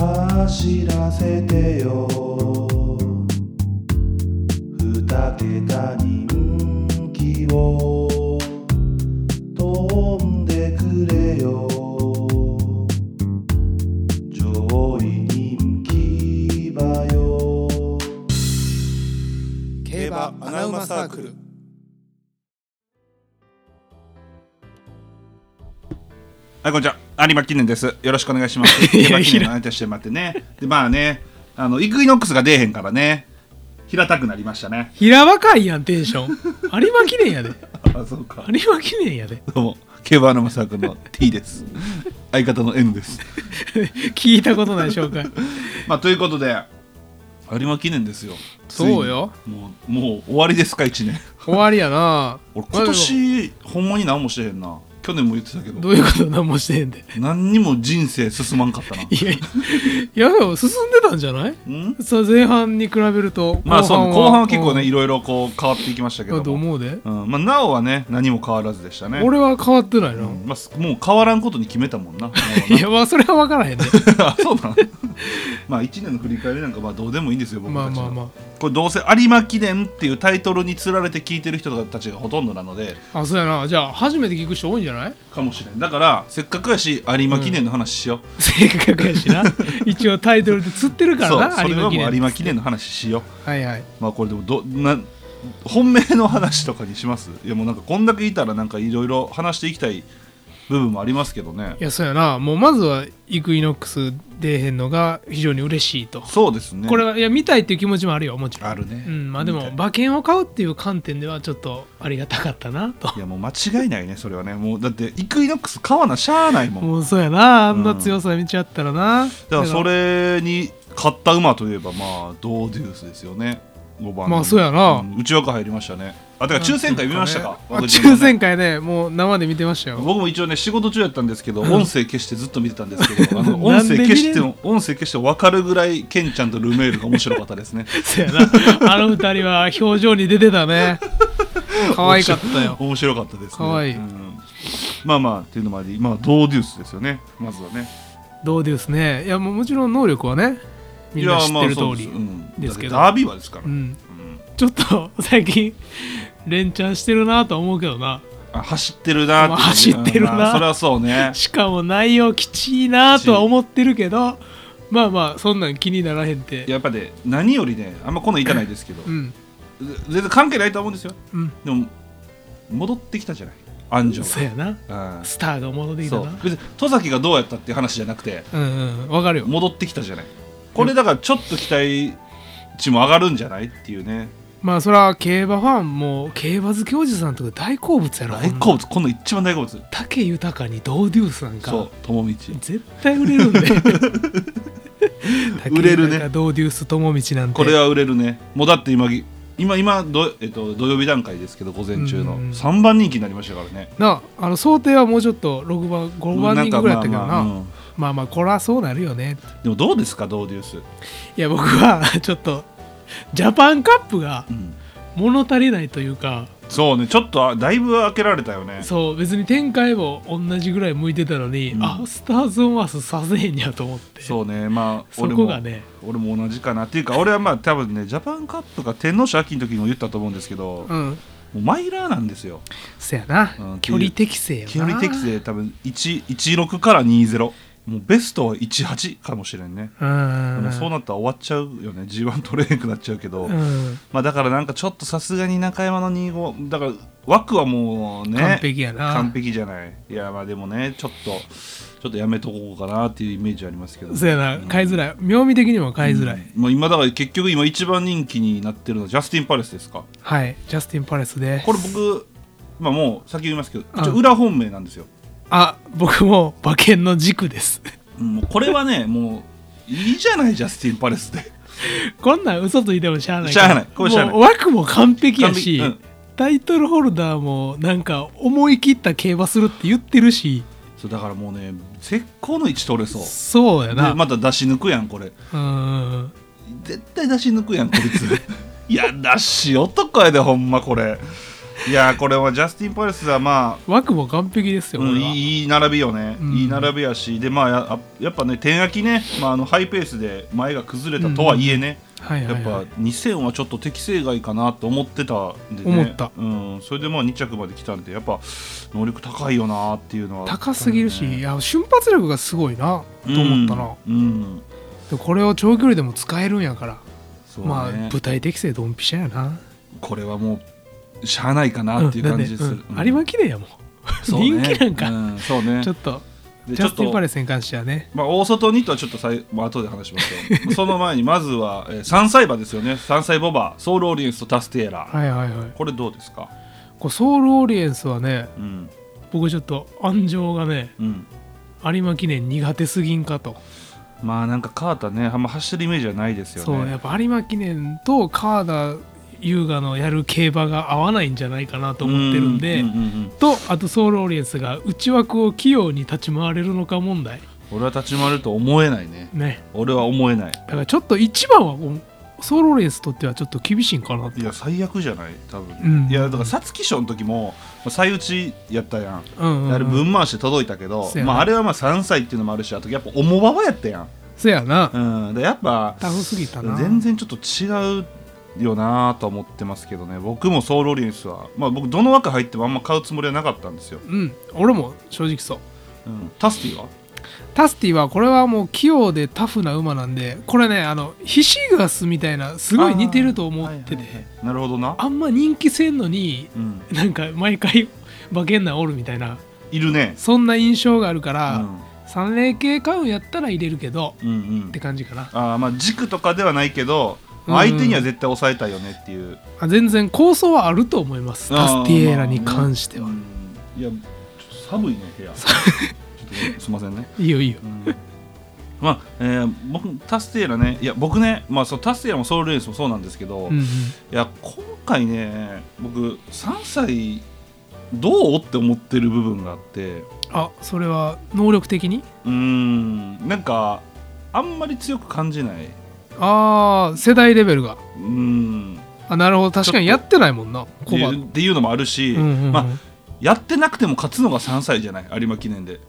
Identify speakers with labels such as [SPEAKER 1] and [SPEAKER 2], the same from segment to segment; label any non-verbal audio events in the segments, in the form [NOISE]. [SPEAKER 1] 走らせてよ二桁人気を飛んでくれよ上位人気馬よ
[SPEAKER 2] 競馬アナウマサークル
[SPEAKER 3] はい、こんにちは。有馬記念です。よろしくお願いします。
[SPEAKER 4] [LAUGHS] い
[SPEAKER 3] 有
[SPEAKER 4] や
[SPEAKER 3] 馬記念の話してもらってね。で、まあね、あの、イクイノックスが出えへんからね、平たくなりましたね。
[SPEAKER 4] 平和かいやんテンション有馬記念やで
[SPEAKER 3] あ、そうか。
[SPEAKER 4] 有馬記念やで
[SPEAKER 3] どうも、競馬のまさくの T です。相方の N です。
[SPEAKER 4] 聞いたことない紹介
[SPEAKER 3] まあ、ということで、有馬記念ですよ。
[SPEAKER 4] [LAUGHS] そうよ
[SPEAKER 3] ついに。もう、もう終わりですか、1年。
[SPEAKER 4] 終わりやな
[SPEAKER 3] 俺、今年、ほんまに何もしてへんな。去年も言ってたけ
[SPEAKER 4] ど
[SPEAKER 3] ど、
[SPEAKER 4] ういうこと何もしてへんで
[SPEAKER 3] 何にも人生進まんかっ
[SPEAKER 4] [LAUGHS]
[SPEAKER 3] たな。
[SPEAKER 4] いやいやいやでも進んでたんじゃない
[SPEAKER 3] ん
[SPEAKER 4] さ前半に比べると
[SPEAKER 3] まあ、そうね後半は結構ね、
[SPEAKER 4] うん
[SPEAKER 3] いろいろこう変わっていきましたけど
[SPEAKER 4] だと
[SPEAKER 3] も。
[SPEAKER 4] 思うで
[SPEAKER 3] うんまあ、なおはね何も変わらずでしたね
[SPEAKER 4] 俺は変わってないな、
[SPEAKER 3] うんまあ、すもう変わらんことに決めたもんなもう
[SPEAKER 4] [LAUGHS]
[SPEAKER 3] [LAUGHS]
[SPEAKER 4] いやまあそれは分からへんね
[SPEAKER 3] なそうなんまあ1年の振り返りなんかまあどうでもいいんですよ僕
[SPEAKER 4] まあ
[SPEAKER 3] たち
[SPEAKER 4] ま
[SPEAKER 3] は、
[SPEAKER 4] あま
[SPEAKER 3] これどうせ「有馬記念」っていうタイトルにつられて聞いてる人たちがほとんどなので
[SPEAKER 4] ああそうやなじゃあ初めて聞く人多いんじゃ [LAUGHS] ない
[SPEAKER 3] かもしれんだからせっかくやし有馬記念の話しよう、
[SPEAKER 4] せっかくやしな一応タイトルで釣ってるか
[SPEAKER 3] そう
[SPEAKER 4] らな
[SPEAKER 3] それ
[SPEAKER 4] 有
[SPEAKER 3] は
[SPEAKER 4] 馬記
[SPEAKER 3] もう有
[SPEAKER 4] 念
[SPEAKER 3] 馬記念の話しよう
[SPEAKER 4] はいはい
[SPEAKER 3] まあこれでもどな本命の話とかにしますいやもうなんかこんだけいたらなんかいろいろ話していきたい部分もありますけどね
[SPEAKER 4] いやそうやなもうまずはイクイノックス出えへんのが非常に嬉しいと、
[SPEAKER 3] そうですね
[SPEAKER 4] これはいや見たいっていう気持ちもあるよもちろん
[SPEAKER 3] あるね
[SPEAKER 4] うんまあで
[SPEAKER 3] 見た
[SPEAKER 4] も
[SPEAKER 3] い
[SPEAKER 4] 馬券を買うっていう観点ではちょっとありがたかったなと
[SPEAKER 3] いやもう間違いないねそれはねもうだってイクイノックス買わなしゃあないもん
[SPEAKER 4] もうそうやなあんな強さ見ちゃったらな、
[SPEAKER 3] だからそれに買った馬といえばまあドーデュースですよね5番の
[SPEAKER 4] まあそうやな
[SPEAKER 3] うん内枠入りましたねあてか抽選会見ましたか
[SPEAKER 4] あ
[SPEAKER 3] 私もね
[SPEAKER 4] 抽選会ねもう生で見てましたよ
[SPEAKER 3] 僕も一応ね仕事中やったんで
[SPEAKER 4] [LAUGHS]
[SPEAKER 3] すけど音声消してずっと見てたんですけどあの音
[SPEAKER 4] なんで見れ
[SPEAKER 3] 声
[SPEAKER 4] んの
[SPEAKER 3] 消しても音声消しても分かるぐらいケンちゃんとルメールが面白かったですね
[SPEAKER 4] そうやなあの二人は表情に出てた
[SPEAKER 3] [LAUGHS]
[SPEAKER 4] ね [LAUGHS] 可愛かったよ
[SPEAKER 3] 面白かったですね
[SPEAKER 4] 可愛い
[SPEAKER 3] うんまあまあっていうのもありまあドーデュースですよねまずはね
[SPEAKER 4] どうですねいやもうもちろん能力はねみんな知ってる通
[SPEAKER 3] いやまあそう
[SPEAKER 4] り
[SPEAKER 3] ですうん
[SPEAKER 4] ですけど
[SPEAKER 3] だってダービー馬ですから
[SPEAKER 4] う
[SPEAKER 3] ね
[SPEAKER 4] んちょっと最近連チャンしてるなとは思うけどな
[SPEAKER 3] あ走ってるな
[SPEAKER 4] まあ
[SPEAKER 3] いう
[SPEAKER 4] 走ってるな
[SPEAKER 3] まあそれはそうね
[SPEAKER 4] しかも内容きちいなとは思ってるけどまあまあそんなん気にならへんて
[SPEAKER 3] やっぱね何よりねあんまこんなん言いたないですけど、
[SPEAKER 4] うん
[SPEAKER 3] ぜ全然関係ないと思うんですよ
[SPEAKER 4] うん
[SPEAKER 3] でも戻ってきたじゃない安城
[SPEAKER 4] そうやな
[SPEAKER 3] が
[SPEAKER 4] スターが戻って
[SPEAKER 3] う
[SPEAKER 4] きた
[SPEAKER 3] んそ
[SPEAKER 4] な
[SPEAKER 3] う別に戸崎がどうやったっていう話じゃなくて
[SPEAKER 4] うんうんわかるよ
[SPEAKER 3] 戻ってきたじゃないこれだからちょっと期待値も上がるんじゃないっていうね
[SPEAKER 4] まあそら競馬ファンも競馬好きおじさんとか大好物やろ
[SPEAKER 3] 大
[SPEAKER 4] 物
[SPEAKER 3] 好物この一番大好物
[SPEAKER 4] 竹豊にドーデュースなんか
[SPEAKER 3] そう友道
[SPEAKER 4] 絶対売れるん
[SPEAKER 3] [LAUGHS]
[SPEAKER 4] で
[SPEAKER 3] 売れるね
[SPEAKER 4] 竹豊ドーデュース友道なんて
[SPEAKER 3] これは売れるねもうだって今ぎ今今ど、えっと、土曜日段階ですけど午前中
[SPEAKER 4] うん
[SPEAKER 3] の3番人気になりましたからね
[SPEAKER 4] なああの想定はもうちょっと6番5番人気ぐらいだったけどな
[SPEAKER 3] なんかまあまあうん
[SPEAKER 4] まあまあこれはそうなるよね
[SPEAKER 3] でもどうですかドーデュース、
[SPEAKER 4] いや僕はちょっとジャパンカップが物足りないというか
[SPEAKER 3] そうねちょっとあだいぶ開けられたよね
[SPEAKER 4] そう別に展開も同じぐらい向いてたのに、
[SPEAKER 3] うん
[SPEAKER 4] あスターズ・オン・アースさせへんやと思って
[SPEAKER 3] そうねまあ
[SPEAKER 4] そ
[SPEAKER 3] 俺
[SPEAKER 4] こ
[SPEAKER 3] も
[SPEAKER 4] がね
[SPEAKER 3] 俺も同じかなっていうか俺はまあ多分ねジャパンカップが天皇賞秋の時にも言ったと思うんですけど、も
[SPEAKER 4] うん
[SPEAKER 3] うマイラーなんですよ
[SPEAKER 4] そやな、
[SPEAKER 3] うん
[SPEAKER 4] 距離適正やな
[SPEAKER 3] 距離適正多分1 16から20もうベストは18かもしれんね、
[SPEAKER 4] う
[SPEAKER 3] で
[SPEAKER 4] ん
[SPEAKER 3] もそうなったら終わっちゃうよね G1 取れなくなっちゃうけど、
[SPEAKER 4] うん
[SPEAKER 3] まあだからなんかちょっとさすがに中山の25だから枠はもうね
[SPEAKER 4] 完璧やな
[SPEAKER 3] 完璧じゃないいやまあでもねちょっとちょっとやめとこうかなっていうイメージありますけど
[SPEAKER 4] そうやな買いづらい妙味的にも買いづらい、
[SPEAKER 3] もう今だから結局今一番人気になってるのはジャスティン・パレスですか
[SPEAKER 4] はいジャスティン・パレスです
[SPEAKER 3] これ僕まあもう先言いますけど
[SPEAKER 4] うん
[SPEAKER 3] 一応裏本命なんですよ、
[SPEAKER 4] あ僕も馬券の軸です
[SPEAKER 3] うんもうこれはねもういいじゃないジャスティン・パレスで
[SPEAKER 4] こんなん嘘ついてもしゃあない
[SPEAKER 3] しゃあないこれしゃあない
[SPEAKER 4] もう枠も完璧やし、
[SPEAKER 3] 完璧
[SPEAKER 4] タイトルホルダーもなんか思い切った競馬するって言ってるし
[SPEAKER 3] そうだからもうね絶好の位置取れそう
[SPEAKER 4] そうやな、
[SPEAKER 3] でまた出し抜くやんこれ
[SPEAKER 4] うん [LAUGHS]
[SPEAKER 3] 絶対出し抜くやんこいついや出し男やでほんまこれいやこれはジャスティン・パレスはまあ
[SPEAKER 4] 枠も完璧ですよ、
[SPEAKER 3] うん
[SPEAKER 4] 俺は。
[SPEAKER 3] いいいい並びよね、
[SPEAKER 4] うん
[SPEAKER 3] いい並びやしでまあややっぱね点焼きね、まあ、あのハイペースで前が崩れたとはいえね、
[SPEAKER 4] はいはい、
[SPEAKER 3] や
[SPEAKER 4] は
[SPEAKER 3] っ
[SPEAKER 4] い。
[SPEAKER 3] ぱ2000はちょっと適正外かなと思ってたんでね
[SPEAKER 4] 思った
[SPEAKER 3] うん、それでまあ2着まで来たんでやっぱ能力高いよなっていうのは
[SPEAKER 4] 高すぎるし、いや瞬発力がすごいな
[SPEAKER 3] うん
[SPEAKER 4] と思ったな、
[SPEAKER 3] うん
[SPEAKER 4] でこれを長距離でも使えるんやから、
[SPEAKER 3] そうね
[SPEAKER 4] まあ舞台適性ドンピシャやな
[SPEAKER 3] これはもうしゃあないかなっていう感じです
[SPEAKER 4] う
[SPEAKER 3] る、
[SPEAKER 4] んだってうん有馬記念やもん、
[SPEAKER 3] そうね
[SPEAKER 4] 人気なんか、
[SPEAKER 3] うんそうね
[SPEAKER 4] ちょっと
[SPEAKER 3] で
[SPEAKER 4] ジャスティン・パレ
[SPEAKER 3] ち
[SPEAKER 4] ス
[SPEAKER 3] ょっと
[SPEAKER 4] に関してはね
[SPEAKER 3] まあ、大外にとはちょっとさい、まあ後で話しますけどその前にまずは、えー、3歳馬ですよね3歳ボバソウルオリエンスとタステーラ、
[SPEAKER 4] はいはいはい
[SPEAKER 3] これどうですか
[SPEAKER 4] こうソウルオリエンスはね
[SPEAKER 3] うん
[SPEAKER 4] 僕ちょっと安城がね
[SPEAKER 3] うん
[SPEAKER 4] 有馬記念苦手すぎんかと
[SPEAKER 3] まあなんかカーターねあんま走ってるイメージはないですよね
[SPEAKER 4] そうやっぱ有馬記念と川田優雅のやる競馬が合わないんじゃないかなと思ってるんで
[SPEAKER 3] うううんうん
[SPEAKER 4] とあとソウルオリエンスが内枠を器用に立ち回れるのか問題
[SPEAKER 3] 俺は立ち回ると思えないね
[SPEAKER 4] ね
[SPEAKER 3] 俺は思えない
[SPEAKER 4] だからちょっと一番はこうソウルオリエンスとってはちょっと厳しいんかなって
[SPEAKER 3] いや最悪じゃない多分、
[SPEAKER 4] うん
[SPEAKER 3] いやだから皐月賞の時も最打ちやったやん、
[SPEAKER 4] うんうん、
[SPEAKER 3] あれ
[SPEAKER 4] うん、
[SPEAKER 3] 分回して届いたけど、
[SPEAKER 4] そうやな
[SPEAKER 3] まあ、あれはまあ3歳っていうのもあるしあとやっぱ重馬場やったやん、
[SPEAKER 4] そやな
[SPEAKER 3] うん、でやっぱ
[SPEAKER 4] タフすぎたな
[SPEAKER 3] 全然ちょっと違うよなとは思ってますけどね僕もソウルオリエンスは、まあ、僕どの枠入ってもあんま買うつもりはなかったんですよ、
[SPEAKER 4] うん俺も正直そう
[SPEAKER 3] うん、タスティは
[SPEAKER 4] タスティはこれはもう器用でタフな馬なんでこれねあのヒシガスみたいなすごい似てると思っててあ,、
[SPEAKER 3] はいはいはいなるほどな、
[SPEAKER 4] んま人気せんのに
[SPEAKER 3] うん、
[SPEAKER 4] なんか毎回馬券内おるみたいない
[SPEAKER 3] るね、
[SPEAKER 4] そんな印象があるか
[SPEAKER 3] う
[SPEAKER 4] ら、
[SPEAKER 3] ん
[SPEAKER 4] 三連系買うんやったら入れるけど
[SPEAKER 3] うんうん
[SPEAKER 4] って感じかな
[SPEAKER 3] あーまあ軸とかではないけど、
[SPEAKER 4] うん
[SPEAKER 3] まあ相手には絶対抑えたいよねっていう
[SPEAKER 4] あ全然構想はあると思いますタスティエーラに関しては、
[SPEAKER 3] あーまあねうんいやちょっと寒いね
[SPEAKER 4] [LAUGHS]
[SPEAKER 3] 部屋ちょっとすいませんね、
[SPEAKER 4] いいよいいよ
[SPEAKER 3] うんまあ、えー僕タステーラねいや僕ね、まあ、そうタステーラもソウルレースもそうなんですけど、
[SPEAKER 4] うん
[SPEAKER 3] い
[SPEAKER 4] うん
[SPEAKER 3] や今回ね僕3歳どうって思ってる部分があって
[SPEAKER 4] あそれは能力的に
[SPEAKER 3] うーんなんかあんまり強く感じない
[SPEAKER 4] ああ世代レベルが
[SPEAKER 3] うーん
[SPEAKER 4] あなるほど確かにやってないもんな
[SPEAKER 3] って
[SPEAKER 4] コ
[SPEAKER 3] い
[SPEAKER 4] バ、
[SPEAKER 3] うっていうのもあるし、
[SPEAKER 4] うんうんうん
[SPEAKER 3] まあ、やってなくても勝つのが3歳じゃない有馬記念で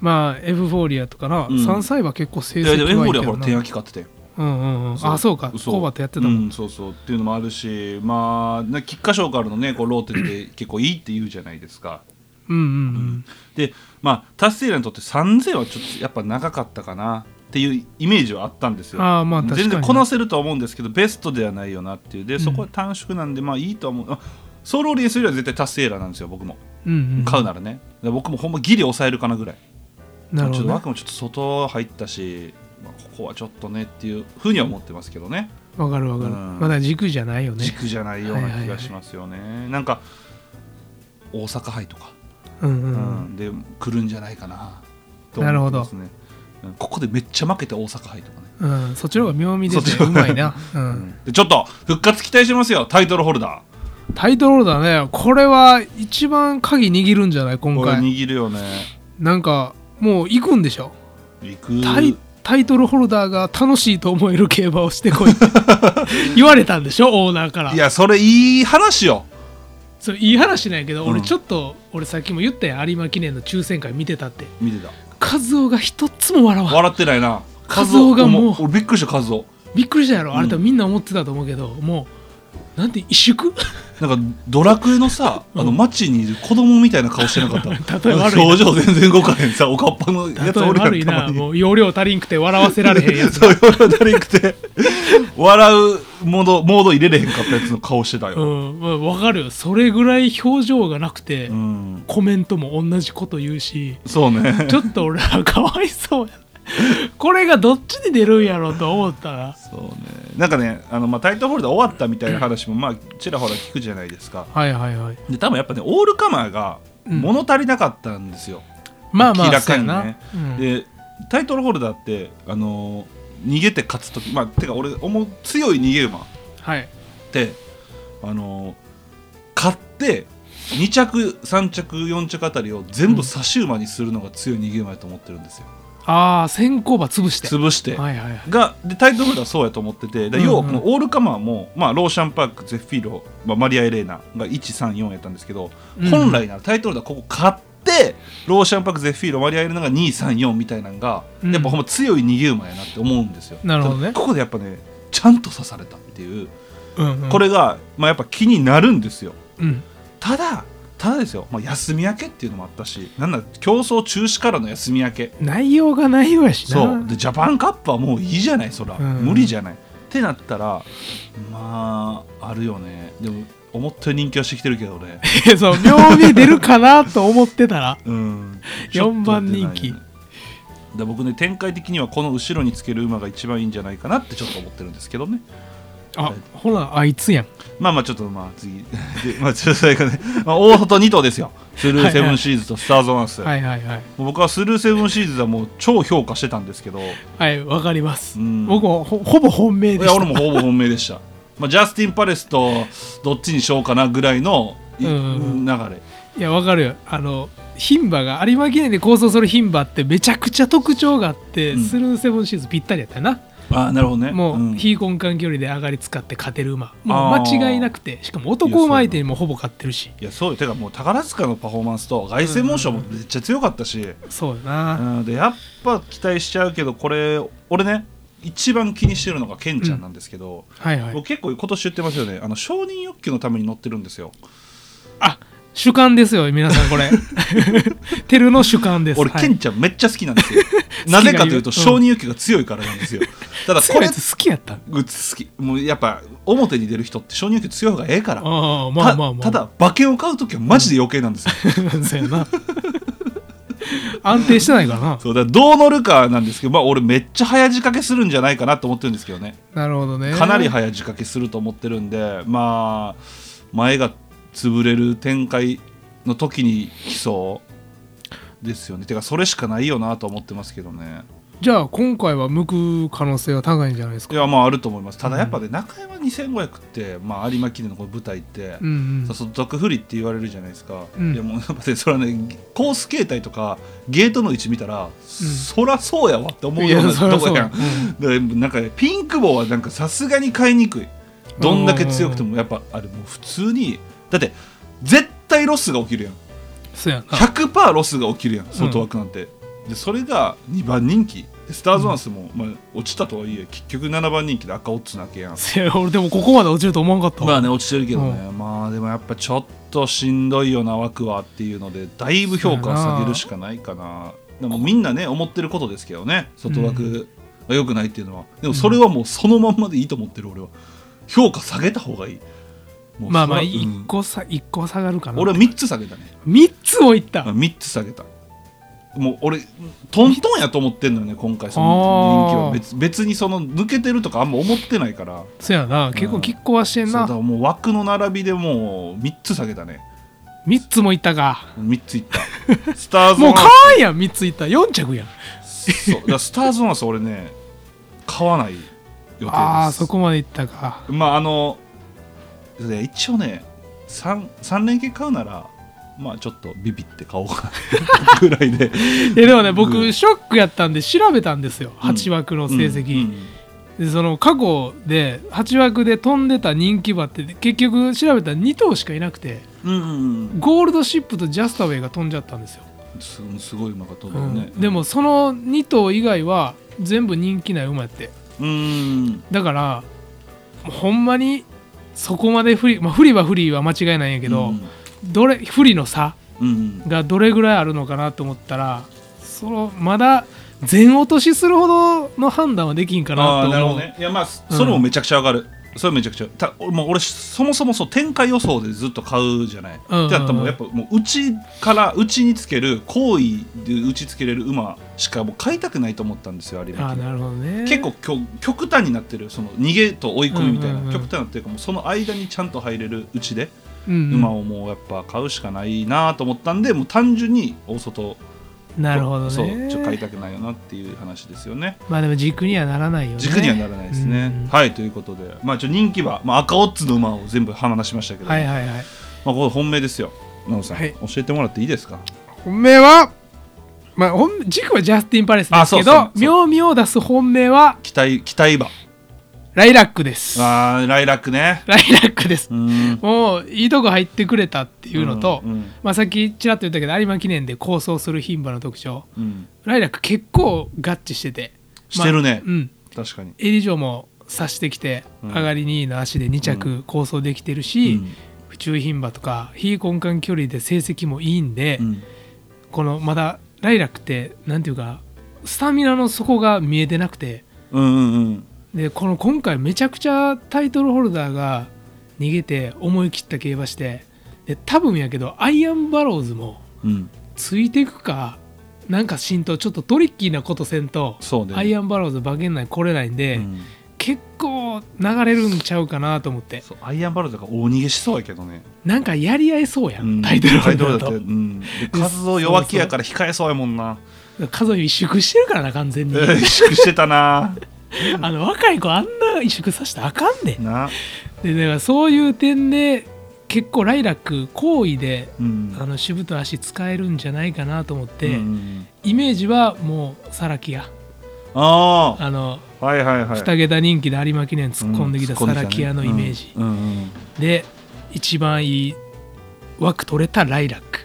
[SPEAKER 4] まあエフフォーリアとかな、
[SPEAKER 3] うん
[SPEAKER 4] 3歳は結構成
[SPEAKER 3] い
[SPEAKER 4] 績は
[SPEAKER 3] や
[SPEAKER 4] いい
[SPEAKER 3] で
[SPEAKER 4] け
[SPEAKER 3] も
[SPEAKER 4] ど
[SPEAKER 3] エ
[SPEAKER 4] な
[SPEAKER 3] フフォーリアほら手焼き勝ってて
[SPEAKER 4] うんうんうんあそうかコバとやってたもん、
[SPEAKER 3] うんそうそうっていうのもあるしまあな菊花賞からのねこうローテって結構いいって言うじゃないですか
[SPEAKER 4] うんうんうん
[SPEAKER 3] でまあ達成ーラにとって3000はちょっとやっぱ長かったかなっていうイメージはあったんですよ
[SPEAKER 4] あーまあ確かに
[SPEAKER 3] 全然こなせるとは思うんですけどベストではないよなっていうでそこは短縮なんで、まあいいとは思うあソローリーするよりは絶対達成ーラなんですよ僕も
[SPEAKER 4] うんうん
[SPEAKER 3] 買うならね、で僕もほんまギリ抑えるかなぐらい
[SPEAKER 4] なる
[SPEAKER 3] ち
[SPEAKER 4] ほ
[SPEAKER 3] ょっと
[SPEAKER 4] どね
[SPEAKER 3] 枠もちょっと外入ったし、まあ、ここはちょっとねっていうふうには思ってますけどね
[SPEAKER 4] わかるわかる、
[SPEAKER 3] うん
[SPEAKER 4] まだ軸じゃないよね
[SPEAKER 3] 軸じゃないような気がしますよね、なんか大阪杯とか、
[SPEAKER 4] うんう、
[SPEAKER 3] うん
[SPEAKER 4] うん、
[SPEAKER 3] んで来るんじゃないかなと
[SPEAKER 4] なるほ
[SPEAKER 3] 思って
[SPEAKER 4] ど
[SPEAKER 3] ますねうんここでめっちゃ負けて大阪杯とかね、
[SPEAKER 4] うん、そっちの方が妙味で
[SPEAKER 3] そっ
[SPEAKER 4] す
[SPEAKER 3] ちの
[SPEAKER 4] ねう
[SPEAKER 3] 方が
[SPEAKER 4] まいな、う、
[SPEAKER 3] うんでちょっと復活期待しますよタイトルホルダー
[SPEAKER 4] タイトルだねこれは一番鍵握るんじゃない今
[SPEAKER 3] これ
[SPEAKER 4] 回
[SPEAKER 3] 握るよね
[SPEAKER 4] なんかもう行くんでしょ
[SPEAKER 3] 行く
[SPEAKER 4] タイタイトルホルダーが楽しいと思える競馬をしてこいって
[SPEAKER 3] [LAUGHS]
[SPEAKER 4] 言われたんでしょオーナーから
[SPEAKER 3] いやそれいい話よ
[SPEAKER 4] それいい話なんやけど、
[SPEAKER 3] うん
[SPEAKER 4] 俺ちょっと俺さっきも言ったやん有馬記念の抽選会見てたって
[SPEAKER 3] 見てた
[SPEAKER 4] 和夫が一つも笑わん
[SPEAKER 3] 笑ってないな
[SPEAKER 4] 和夫がもう
[SPEAKER 3] お前俺びっくりした和夫
[SPEAKER 4] びっくりしたやろ
[SPEAKER 3] ん
[SPEAKER 4] あれ多分みんな思ってたと思うけど、もうなんて萎
[SPEAKER 3] [LAUGHS]
[SPEAKER 4] 縮
[SPEAKER 3] なんかドラクエのさ、あの街にいる子供みたいな顔してなかった
[SPEAKER 4] [LAUGHS] 例え悪いな
[SPEAKER 3] 表情全然動かへんさおかっぱの
[SPEAKER 4] 例え
[SPEAKER 3] やつおるやん
[SPEAKER 4] 悪い
[SPEAKER 3] たま
[SPEAKER 4] な
[SPEAKER 3] に
[SPEAKER 4] もう容量足りんくて笑わせられへんやつ
[SPEAKER 3] [LAUGHS] そういうことじゃなくて [LAUGHS] 笑うモードモード入れれへんかったやつの顔してた
[SPEAKER 4] う
[SPEAKER 3] よ、
[SPEAKER 4] ん、まあ、分かるよそれぐらい表情がなくて、
[SPEAKER 3] うん
[SPEAKER 4] コメントも同じこと言うし
[SPEAKER 3] そうね
[SPEAKER 4] ちょっと俺はかわいそうやな [LAUGHS] これがどっちに出るんやろうと思ったら
[SPEAKER 3] そうねなんかねあの、まあ、タイトルホルダー終わったみたいな話も、まあ、ちらほら聞くじゃないですか
[SPEAKER 4] はいはいはい
[SPEAKER 3] で多分やっぱねオールカマーが
[SPEAKER 4] うん
[SPEAKER 3] 物足りなかったんですよ、
[SPEAKER 4] まあまあ
[SPEAKER 3] 明らかにね
[SPEAKER 4] そうやなうん
[SPEAKER 3] でタイトルホルダーってあのー逃げて勝つ時まあてか俺思う強い逃げ馬
[SPEAKER 4] はい
[SPEAKER 3] ってあのー買って2着3着4着あたりを全部差し馬にするのが強い逃げ馬やと思ってるんですよ、
[SPEAKER 4] ああ先行馬潰して
[SPEAKER 3] 潰して、
[SPEAKER 4] はいはいはい
[SPEAKER 3] がでタイトルがそうやと思っててだ
[SPEAKER 4] うんうん
[SPEAKER 3] 要はこのオールカマーも、まあ、ローシャン・パークゼフィーロ、まあ、マリア・エレーナが134やったんですけど、
[SPEAKER 4] うん
[SPEAKER 3] 本来ならタイトルだここ勝ってローシャン・パークゼフィーロマリア・エレーナが234みたいなのが、
[SPEAKER 4] うん
[SPEAKER 3] やっぱほんま強い逃げ馬やなって思うんですよ。
[SPEAKER 4] なるほどね
[SPEAKER 3] ただここでやっぱねちゃんと刺されたっていう
[SPEAKER 4] うんうん
[SPEAKER 3] これが、まあ、やっぱ気になるんですよ。
[SPEAKER 4] うん
[SPEAKER 3] ただただですよ、まあ、休み明けっていうのもあったしなんなら競争中止からの休み明け
[SPEAKER 4] 内容が内容やしな [LAUGHS]
[SPEAKER 3] そうでジャパンカップはもういいじゃないそら、
[SPEAKER 4] うん
[SPEAKER 3] 無理じゃないってなったらまああるよねでも思ったより人気はしてきてるけどね
[SPEAKER 4] そう両目出るかなと思ってたら [LAUGHS]
[SPEAKER 3] うん
[SPEAKER 4] 4番人気
[SPEAKER 3] ちょっと出ないよねで僕ね展開的にはこの後ろにつける馬が一番いいんじゃないかなってちょっと思ってるんですけどね
[SPEAKER 4] あほらあいつやん
[SPEAKER 3] まあまあちょっとまあ次 [LAUGHS] でまあちょっと最後ね、まあ、大外2頭ですよスルーセブンシリーズとスターズ・オン・アース、
[SPEAKER 4] はいはいはい
[SPEAKER 3] もう僕はスルーセブンシリーズはもう超評価してたんですけど
[SPEAKER 4] はいわかります
[SPEAKER 3] うん
[SPEAKER 4] 僕もほほぼ本命
[SPEAKER 3] い
[SPEAKER 4] でし
[SPEAKER 3] や
[SPEAKER 4] た
[SPEAKER 3] 俺もほぼ本命でした、 [LAUGHS] まあ、ジャスティン・パレスとどっちにしようかなぐらいのい流
[SPEAKER 4] うんうん
[SPEAKER 3] れ
[SPEAKER 4] いやわかるよあの牝馬が有馬記念で構想する牝馬ってめちゃくちゃ特徴があって、
[SPEAKER 3] うん
[SPEAKER 4] スルーセブンシーズンぴったりやったよな、
[SPEAKER 3] ああなるほどね
[SPEAKER 4] もう、
[SPEAKER 3] ん
[SPEAKER 4] 非根幹距離で上がり使って勝てる馬も
[SPEAKER 3] あ
[SPEAKER 4] う
[SPEAKER 3] ー
[SPEAKER 4] 間違いなくてしかも男馬相手にもほぼ勝ってるし
[SPEAKER 3] いやそうよてかもう宝塚のパフォーマンスと凱旋門賞もめっちゃ強かったし、
[SPEAKER 4] そうだな、
[SPEAKER 3] うん、でやっぱ期待しちゃうけどこれ俺ね一番気にしてるのがケンちゃんなんですけど、
[SPEAKER 4] はいはい
[SPEAKER 3] 僕結構今年言ってますよねあの承認欲求のために乗ってるんですよ
[SPEAKER 4] あ主観ですよ皆さんこ
[SPEAKER 3] [LAUGHS]
[SPEAKER 4] れテルの主観です
[SPEAKER 3] 俺、
[SPEAKER 4] はい
[SPEAKER 3] ケンちゃんめっちゃ好きなん
[SPEAKER 4] [LAUGHS]
[SPEAKER 3] ですよなぜかというと
[SPEAKER 4] 好きが言ううん
[SPEAKER 3] 承認欲求が強いからなんですよ
[SPEAKER 4] [LAUGHS]
[SPEAKER 3] ただ
[SPEAKER 4] セ
[SPEAKER 3] こ
[SPEAKER 4] レ
[SPEAKER 3] れ
[SPEAKER 4] ス好きやった
[SPEAKER 3] グッズ好きもうやっぱ表に出る人って承認欲求強い方がええから
[SPEAKER 4] ああまあまあまあ
[SPEAKER 3] たただ馬券を買う時はマジで余計なんですよ、
[SPEAKER 4] [LAUGHS] そうやな安定してないからな
[SPEAKER 3] そうだからどう乗るかなんですけど、まあ、俺めっちゃ早仕掛けするんじゃないかなと思ってるんですけどね
[SPEAKER 4] なるほどね
[SPEAKER 3] かなり
[SPEAKER 4] はい
[SPEAKER 3] 早仕掛けすると思ってるんでまあ前が潰れる展開の時に来そうですよねてかそれしかないよなと思ってますけどね
[SPEAKER 4] じゃあ今回は向く可能性は高いんじゃないです
[SPEAKER 3] い
[SPEAKER 4] か
[SPEAKER 3] やまああると思いますただやっぱね、中山2500って、まあ、有馬記念のこの舞台って、
[SPEAKER 4] うん
[SPEAKER 3] そうそう毒振りって言われるじゃないですか、
[SPEAKER 4] うん
[SPEAKER 3] いやもうやっぱねそれはねコース形態とかゲートの位置見たら、そらそうやわっ
[SPEAKER 4] う
[SPEAKER 3] て思
[SPEAKER 4] ん
[SPEAKER 3] う
[SPEAKER 4] い
[SPEAKER 3] よう
[SPEAKER 4] や
[SPEAKER 3] な
[SPEAKER 4] そりゃ
[SPEAKER 3] と
[SPEAKER 4] そ
[SPEAKER 3] こ
[SPEAKER 4] う
[SPEAKER 3] や
[SPEAKER 4] や
[SPEAKER 3] んだからなんかねピンク棒はなんかさすがに買いにくいどんだけ強くてもやっぱあれもう普通にだって絶対ロスが起きるやん
[SPEAKER 4] そうやな
[SPEAKER 3] 100%ロスが起きるやん外枠なんて、でそれが2番人気でスターズワンスも、まあ、落ちたとはいえ結局7番人気で赤オッズなわけやん
[SPEAKER 4] せや俺でもここまで落ちると思わんかったわ
[SPEAKER 3] まあね落ちてるけどね、まあでもやっぱちょっとしんどいよな枠はっていうのでだいぶ評価を下げるしかないかなでもみんなね思ってることですけどね外枠が良くないっていうのは、でもそれはもうそのまんまでいいと思ってる俺は評価下げた方がいいもう
[SPEAKER 4] まあまあ
[SPEAKER 3] それはうん
[SPEAKER 4] 1個さ、一個下がるかな
[SPEAKER 3] 俺は3つ下げたね
[SPEAKER 4] 3つもいった、
[SPEAKER 3] あ3つ下げたもう俺トントンやと思ってんのよね今回その人気は
[SPEAKER 4] あー
[SPEAKER 3] 別別にその抜けてるとかあんま思ってないから
[SPEAKER 4] そうやな結構拮抗はしてん
[SPEAKER 3] そうだ
[SPEAKER 4] な
[SPEAKER 3] からもう枠の並びでもう3つ下げたね
[SPEAKER 4] 3つもいったか
[SPEAKER 3] 3ついったスターズ
[SPEAKER 4] も
[SPEAKER 3] オン
[SPEAKER 4] う
[SPEAKER 3] ア
[SPEAKER 4] か
[SPEAKER 3] ー
[SPEAKER 4] わいいやん3ついった4着やん
[SPEAKER 3] スそうだからスターズオンアース俺ね買わない予定です
[SPEAKER 4] ああそこまでいったか
[SPEAKER 3] まああので一応ね 3, 三連携買うならまあちょっとビビって買おうかなぐら
[SPEAKER 4] [LAUGHS]
[SPEAKER 3] いで
[SPEAKER 4] いやでもね僕、
[SPEAKER 3] うん
[SPEAKER 4] ショックやったんで調べたんですよ8枠の成績、
[SPEAKER 3] うんうん
[SPEAKER 4] でその過去で8枠で飛んでた人気馬って結局調べたら2頭しかいなくて
[SPEAKER 3] うんうん
[SPEAKER 4] ゴールドシップとジャスタウェイが飛んじゃったんですよ、
[SPEAKER 3] うんすすごい馬が飛
[SPEAKER 4] う
[SPEAKER 3] ぶよ
[SPEAKER 4] ん
[SPEAKER 3] ね、
[SPEAKER 4] でもその2頭以外は全部人気ない馬やって
[SPEAKER 3] うん
[SPEAKER 4] だからもうほんまにそこまで不利まあ不利は不利は間違いないんやけど、
[SPEAKER 3] うん
[SPEAKER 4] どれ不利の差
[SPEAKER 3] うん
[SPEAKER 4] がどれぐらいあるのかなと思ったらそのまだ全落としするほどの判断はできんか
[SPEAKER 3] あ
[SPEAKER 4] な
[SPEAKER 3] あー
[SPEAKER 4] と
[SPEAKER 3] なるほ
[SPEAKER 4] 思う
[SPEAKER 3] どねいやまあそ
[SPEAKER 4] うん
[SPEAKER 3] それもめちゃくちゃ上がる、それもめちゃくちゃたもう俺そもそもそう展開予想でずっと買うじゃない、
[SPEAKER 4] うんうんうん
[SPEAKER 3] ってなったらもうやっぱもううちからうちにつける行為でうちつけれる馬しかもう買いたくないと思ったんですよ有
[SPEAKER 4] ああ
[SPEAKER 3] 馬記念
[SPEAKER 4] なるほどね
[SPEAKER 3] 結構きょ極端になってるその逃げと追い込みみたいな、
[SPEAKER 4] うんうんうん
[SPEAKER 3] 極端になってるからもうその間にちゃんと入れるうちで
[SPEAKER 4] うんうん
[SPEAKER 3] 馬をもうやっぱ買うしかないなと思ったんでもう単純に大外
[SPEAKER 4] なるほどね
[SPEAKER 3] そうちょっと買いたくないよなっていう話ですよね
[SPEAKER 4] まあでも軸にはならないよね
[SPEAKER 3] 軸にはならないですね。
[SPEAKER 4] うん
[SPEAKER 3] はいということで、まあ、ちょ人気馬、まあ、赤オッズの馬を全部話しましたけど、
[SPEAKER 4] はいはいはい
[SPEAKER 3] まあ、これ本命ですよ。奈緒さん、
[SPEAKER 4] はい
[SPEAKER 3] 教えてもらっていいですか
[SPEAKER 4] 本命はまあ、本軸はジャスティン・パレスですけ
[SPEAKER 3] あそうそ
[SPEAKER 4] ど
[SPEAKER 3] うそう
[SPEAKER 4] 妙妙を出す本命は
[SPEAKER 3] 期待期待馬
[SPEAKER 4] ライラックですラ
[SPEAKER 3] あーライラックね
[SPEAKER 4] イラックです
[SPEAKER 3] うん
[SPEAKER 4] もういいとこ入ってくれたっていうのと、
[SPEAKER 3] うんうん
[SPEAKER 4] まあ、さっきちらっと言ったけど有馬記念で構想する牝馬の特徴
[SPEAKER 3] うん
[SPEAKER 4] ライラック結構合致してて
[SPEAKER 3] してるね
[SPEAKER 4] まあうん
[SPEAKER 3] 確かに
[SPEAKER 4] エリジョも察してきて、
[SPEAKER 3] うん
[SPEAKER 4] 上がり2位の足で2着構想できてるし、
[SPEAKER 3] うん
[SPEAKER 4] 府中牝馬とか非根幹距離で成績もいいんで、
[SPEAKER 3] うん
[SPEAKER 4] このまだライラックってなんていうかスタミナの底が見えてなくて
[SPEAKER 3] うんうんうん
[SPEAKER 4] でこの今回めちゃくちゃタイトルホルダーが逃げて思い切った競馬してで多分やけどアイアンバローズも
[SPEAKER 3] うん
[SPEAKER 4] ついていくかなんか浸透ちょっとトリッキーなことせんと、
[SPEAKER 3] そうね
[SPEAKER 4] アイアンバローズ馬券内来れないんで、
[SPEAKER 3] うん
[SPEAKER 4] 結構流れるんちゃうかなと思って
[SPEAKER 3] そうアイアンバルドが大逃げしそうやけどね
[SPEAKER 4] なんかやり合いそうやん、
[SPEAKER 3] うん
[SPEAKER 4] タイトルホ
[SPEAKER 3] タ
[SPEAKER 4] ル
[SPEAKER 3] イ
[SPEAKER 4] ダ
[SPEAKER 3] ト
[SPEAKER 4] ー
[SPEAKER 3] ルだって
[SPEAKER 4] と
[SPEAKER 3] うんで数を弱気やから控えそうやもんな
[SPEAKER 4] 家族萎縮してるからな完全に、
[SPEAKER 3] 萎縮してたな
[SPEAKER 4] あの若い子あんな萎縮させたらあかんねん
[SPEAKER 3] な
[SPEAKER 4] でだからそういう点で結構ライラック好意で
[SPEAKER 3] うん
[SPEAKER 4] あのしぶと足使えるんじゃないかなと思って、
[SPEAKER 3] うんうん
[SPEAKER 4] イメージはもうサラキア
[SPEAKER 3] あ
[SPEAKER 4] あの、
[SPEAKER 3] あはいはいはい
[SPEAKER 4] 二桁人気で有馬記念突っ込んできた
[SPEAKER 3] う突
[SPEAKER 4] サ
[SPEAKER 3] っ込
[SPEAKER 4] ラ
[SPEAKER 3] ね
[SPEAKER 4] キアのイメージ、
[SPEAKER 3] うんうんうん
[SPEAKER 4] で一番いい枠取れたライラック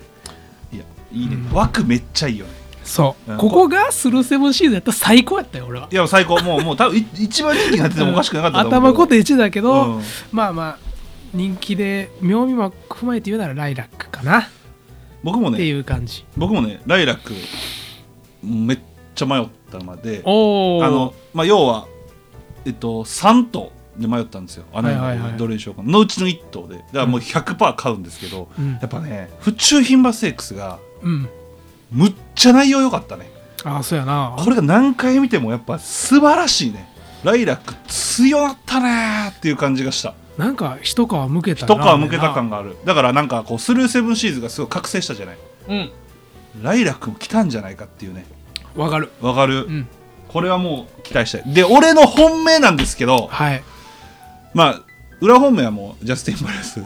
[SPEAKER 3] いやいいね
[SPEAKER 4] うん
[SPEAKER 3] 枠めっちゃいいよね
[SPEAKER 4] そう、
[SPEAKER 3] うん
[SPEAKER 4] ここがスルーセブンシーズンやったら最高やったよ俺はい
[SPEAKER 3] や最高もうもう多分い一番人気になっててもおかしくなかったと思う
[SPEAKER 4] 頭こ
[SPEAKER 3] て
[SPEAKER 4] て1だけど、
[SPEAKER 3] うん
[SPEAKER 4] まあまあ人気で妙味も踏まえて言うならライラックかな、
[SPEAKER 3] 僕も
[SPEAKER 4] って
[SPEAKER 3] ね
[SPEAKER 4] いう感じ
[SPEAKER 3] 僕もねライラックめっちゃ迷ったまで
[SPEAKER 4] おお
[SPEAKER 3] あの、まあ、要は、えっと、3頭で迷ったんですよ、あの、
[SPEAKER 4] はいはいはい
[SPEAKER 3] どれにしようかなのうちの1頭で、だからもう100%買うんですけど、
[SPEAKER 4] うん
[SPEAKER 3] やっぱね、府中牝馬セックスが、
[SPEAKER 4] うん
[SPEAKER 3] むっちゃ内容良かったね、
[SPEAKER 4] ああそうやな
[SPEAKER 3] これが何回見ても、やっぱ素晴らしいね、ライラック、強かったねーっていう感じがした、
[SPEAKER 4] なんか一皮むけたな
[SPEAKER 3] 一皮むけた感がある、だからなんかこう、スルーセブンシーズがすごい覚醒したじゃない、
[SPEAKER 4] うん
[SPEAKER 3] ライラックも来たんじゃないかっていうね、
[SPEAKER 4] わかる
[SPEAKER 3] わかる、
[SPEAKER 4] うん
[SPEAKER 3] これはもう期待したい。で、俺の本命なんですけど、
[SPEAKER 4] はい
[SPEAKER 3] まあ裏方面はもうジャスティン・バレス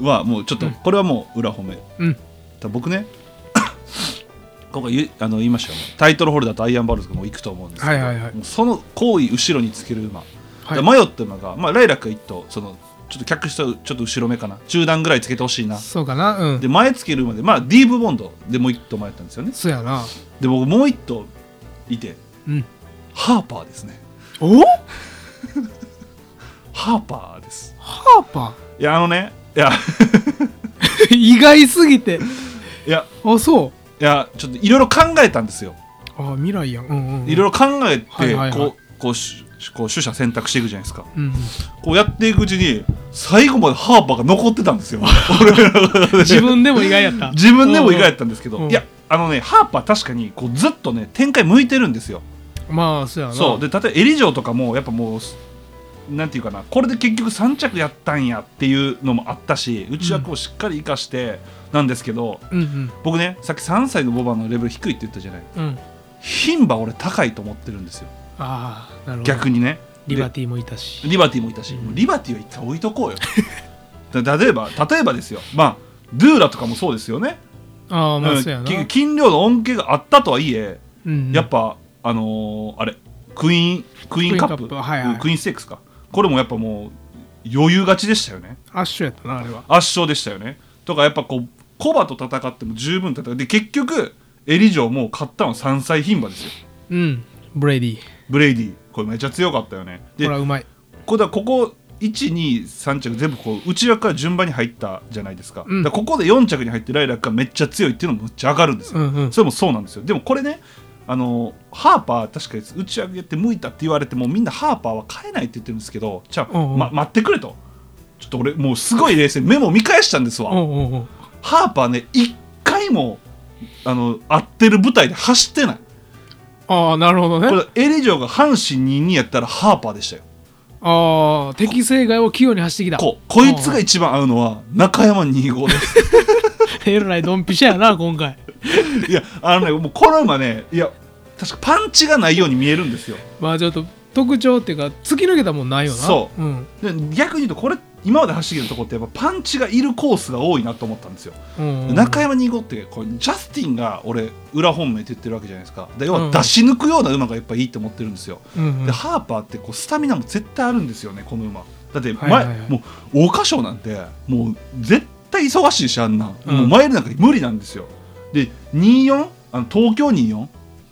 [SPEAKER 3] はもうちょっと、
[SPEAKER 4] うん
[SPEAKER 3] これはもう裏方面
[SPEAKER 4] うん
[SPEAKER 3] ただ僕
[SPEAKER 4] [LAUGHS]
[SPEAKER 3] ね今回言うあの言いましたよタイトルホルダーとアイアンバルズがもう行くと思うんですけど、
[SPEAKER 4] はいはいはい
[SPEAKER 3] もうその行為後ろにつける馬、
[SPEAKER 4] はい
[SPEAKER 3] だから迷った馬が、まあ、ライラックが1頭そのちょっと客室とちょっと後ろ目かな中段ぐらいつけてほしいな
[SPEAKER 4] そうかなうん
[SPEAKER 3] で前つける馬で、まあ、ディーブ・ボンドでもう1頭迷ったんですよね
[SPEAKER 4] そうやな
[SPEAKER 3] で僕もう1頭いて
[SPEAKER 4] うん
[SPEAKER 3] ハーパーですね
[SPEAKER 4] お
[SPEAKER 3] ハーパーです
[SPEAKER 4] ハーパ
[SPEAKER 3] いやあのねいや [LAUGHS]
[SPEAKER 4] ー [LAUGHS] 意外すぎて
[SPEAKER 3] いや
[SPEAKER 4] あそう
[SPEAKER 3] いやちょっといろいろ考えたんですよ
[SPEAKER 4] ああ未来やんうんうんうん
[SPEAKER 3] いろいろ考えて、
[SPEAKER 4] はいはいはい
[SPEAKER 3] こうこうしこう取捨選択していくじゃないですか
[SPEAKER 4] うんうん
[SPEAKER 3] こうやっていくうちに最後までハーパーが残ってたん
[SPEAKER 4] [LAUGHS]
[SPEAKER 3] ですよ俺らの中で
[SPEAKER 4] 自分でも意外やった
[SPEAKER 3] 自分でも意外やったんですけど、
[SPEAKER 4] うんうん
[SPEAKER 3] いやあのねハーパー確かにこうずっとね展開向いてるんですよ
[SPEAKER 4] まあそうやな
[SPEAKER 3] そうで例えばエリジョーとかもやっぱもうすなんていうかなこれで結局3着やったんやっていうのもあったし内枠をしっかり生かしてなんですけど、
[SPEAKER 4] うんうん
[SPEAKER 3] 僕ねさっき3歳のボバのレベル低いって言ったじゃない
[SPEAKER 4] うん
[SPEAKER 3] 牝馬俺高いと思ってるんですよ
[SPEAKER 4] ああなるほど
[SPEAKER 3] 逆にね
[SPEAKER 4] リ
[SPEAKER 3] で
[SPEAKER 4] バティもいたし
[SPEAKER 3] リバティもいたし、
[SPEAKER 4] うん
[SPEAKER 3] もうリバティは一回置いとこうよ [LAUGHS] だ例えば例えばですよまあドゥーラとかもそうですよね、
[SPEAKER 4] ああま
[SPEAKER 3] う
[SPEAKER 4] あ
[SPEAKER 3] ん
[SPEAKER 4] そうやな
[SPEAKER 3] き金量の恩恵があったとはいえ、
[SPEAKER 4] うん
[SPEAKER 3] やっぱあのーあれクイーンクイーンカップ
[SPEAKER 4] クイーンカップはいはい
[SPEAKER 3] うんクイーンステークスかこれもやっぱもう余裕勝ちでしたよね
[SPEAKER 4] アッシュやったなあれは
[SPEAKER 3] 圧勝でしたよねとかやっぱこうコバと戦っても十分戦うで結局エリジョーもう勝ったの3歳牝馬ですよ
[SPEAKER 4] うんブレイディ
[SPEAKER 3] ブレイディこれめっちゃ強かったよね
[SPEAKER 4] ほ
[SPEAKER 3] で
[SPEAKER 4] らうまい
[SPEAKER 3] これだここ123着全部こう内枠から順番に入ったじゃないですか,、
[SPEAKER 4] うん
[SPEAKER 3] だからここで4着に入ってライラックがめっちゃ強いっていうのもむっちゃ上がるんですよ、
[SPEAKER 4] うんうん
[SPEAKER 3] それもそうなんですよでもこれねあのハーパー確かに内枠やって向いたって言われてもみんなハーパーは変えないって言ってるんですけどじゃ
[SPEAKER 4] う
[SPEAKER 3] あ、
[SPEAKER 4] んうん
[SPEAKER 3] ま、待ってくれとちょっと俺もうすごい冷静にメモ見返したんですわ、
[SPEAKER 4] おうおうおう
[SPEAKER 3] ハーパーね一回もあの合ってる舞台で走ってない
[SPEAKER 4] ああなるほどね
[SPEAKER 3] これエレジョが阪神2 2やったらハーパーでしたよ
[SPEAKER 4] ああ適正外を器用に走ってきた
[SPEAKER 3] ここいつが一番合うのは中山2号です
[SPEAKER 4] [LAUGHS] えらいドンピシャやな今回
[SPEAKER 3] [LAUGHS] いやあのねもうこの馬ねいや確かパンチがないように見えるんですよ
[SPEAKER 4] まあちょっと特徴っていうか突き抜けたもんないよな、
[SPEAKER 3] そう
[SPEAKER 4] ん、
[SPEAKER 3] で逆に言うとこれ今まで走ってきたとこってやっぱパンチがいるコースが多いなと思ったんですよ、
[SPEAKER 4] うんうん
[SPEAKER 3] 中山2号ってこれジャスティンが俺裏本命って言ってるわけじゃないですかで要は出し抜くような馬がやっぱいいと思ってるんですよ、
[SPEAKER 4] うんうん
[SPEAKER 3] でハーパーってこうスタミナも絶対あるんですよねこの馬だって前、
[SPEAKER 4] はいはいはい
[SPEAKER 3] もう桜花賞なんてもう絶対忙しいしあんな、
[SPEAKER 4] うん
[SPEAKER 3] もうマイルなんか無理なんですよで24あの東京24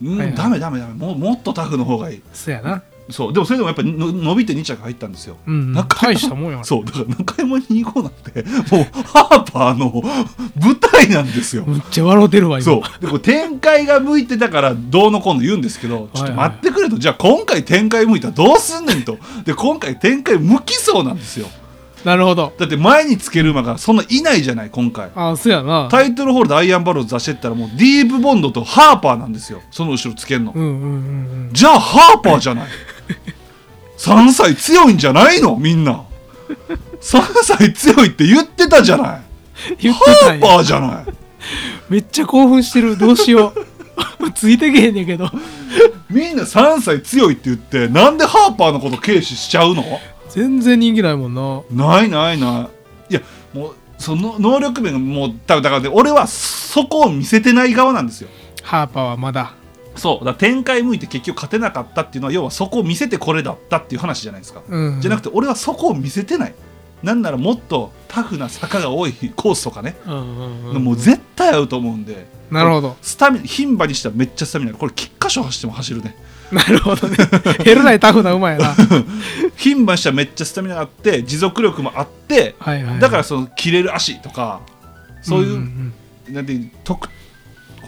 [SPEAKER 3] うん、
[SPEAKER 4] はいはい
[SPEAKER 3] ダメダメダメもうもっとタフの方がいい
[SPEAKER 4] そうやな、
[SPEAKER 3] そうでもそれでもやっぱりの伸びて2着入ったんですよ
[SPEAKER 4] うんうん、
[SPEAKER 3] 中
[SPEAKER 4] 大
[SPEAKER 3] 山
[SPEAKER 4] したもんやな
[SPEAKER 3] そうだから中山に行こうなんてもうハーパーの舞台なんですよ
[SPEAKER 4] むっちゃ笑うてるわ今
[SPEAKER 3] そうでこう展開が向いてたからどうのこうの言うんですけどちょっと待ってくれとじゃあ今回展開向いたらどうすんねんとで今回展開向きそうなんですよ
[SPEAKER 4] なるほど
[SPEAKER 3] だって前につける馬がそんないないじゃない今回
[SPEAKER 4] あそうやな
[SPEAKER 3] タイトルホールでアイアンバローズ出してったらもうディープボンドとハーパーなんですよその後ろつけるの
[SPEAKER 4] うんうんうん
[SPEAKER 3] じゃあハーパーじゃない3歳強いんじゃないのみんな3歳強いって言ってたじゃない
[SPEAKER 4] うん言って
[SPEAKER 3] ハ
[SPEAKER 4] たん
[SPEAKER 3] ー
[SPEAKER 4] や
[SPEAKER 3] パーじゃない
[SPEAKER 4] めっちゃ興奮してるどうしよう [LAUGHS] ついてけへんねんけど
[SPEAKER 3] みんな3歳強いって言ってなんでハーパーのこと軽視しちゃうの
[SPEAKER 4] 全然人気ないもんな
[SPEAKER 3] ないないないいやもうその能力面がもう多分だからね俺はそこを見せてない側なんですよ
[SPEAKER 4] ハーパーはまだ
[SPEAKER 3] そうだから展開向いて結局勝てなかったっていうのは要はそこを見せてこれだったっていう話じゃないですか、
[SPEAKER 4] うん
[SPEAKER 3] じゃなくて俺はそこを見せてないなんならもっとタフな坂が多い [LAUGHS] コースとかね、
[SPEAKER 4] うんうんうん
[SPEAKER 3] もう絶対合うと思うんで
[SPEAKER 4] なるほど
[SPEAKER 3] スタミナ牝馬にしてはめっちゃスタミナあるこれ菊花賞走っても走るね
[SPEAKER 4] なるほどね減らないタフな馬やなは
[SPEAKER 3] 牝馬にしてはめっちゃスタミナがあって持続力もあって
[SPEAKER 4] いはい
[SPEAKER 3] だからその切れる足とかそういう、
[SPEAKER 4] ん
[SPEAKER 3] なんていう特こ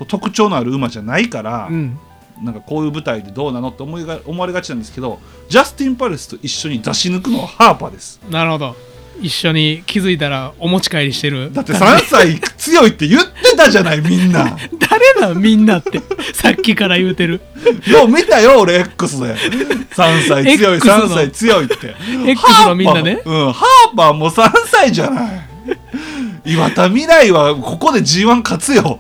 [SPEAKER 3] う特徴のある馬じゃないから、
[SPEAKER 4] うんうん
[SPEAKER 3] なんかこういう舞台でどうなのって思いが思われがちなんですけどジャスティン・パレスと一緒に出し抜くのはハーパーです
[SPEAKER 4] うんなるほど一緒に気づいたらお持ち帰りしてる
[SPEAKER 3] だって3歳
[SPEAKER 4] [LAUGHS]
[SPEAKER 3] 強いって言ってたじゃないみんな
[SPEAKER 4] 誰だみんなってさっきから言うてる
[SPEAKER 3] [LAUGHS] よう見たよ俺 X で3歳強い
[SPEAKER 4] X の
[SPEAKER 3] 3歳強いって
[SPEAKER 4] X のみんなね
[SPEAKER 3] ハーパーうんハーパーも3歳じゃない岩田未来はここで G1 勝つよ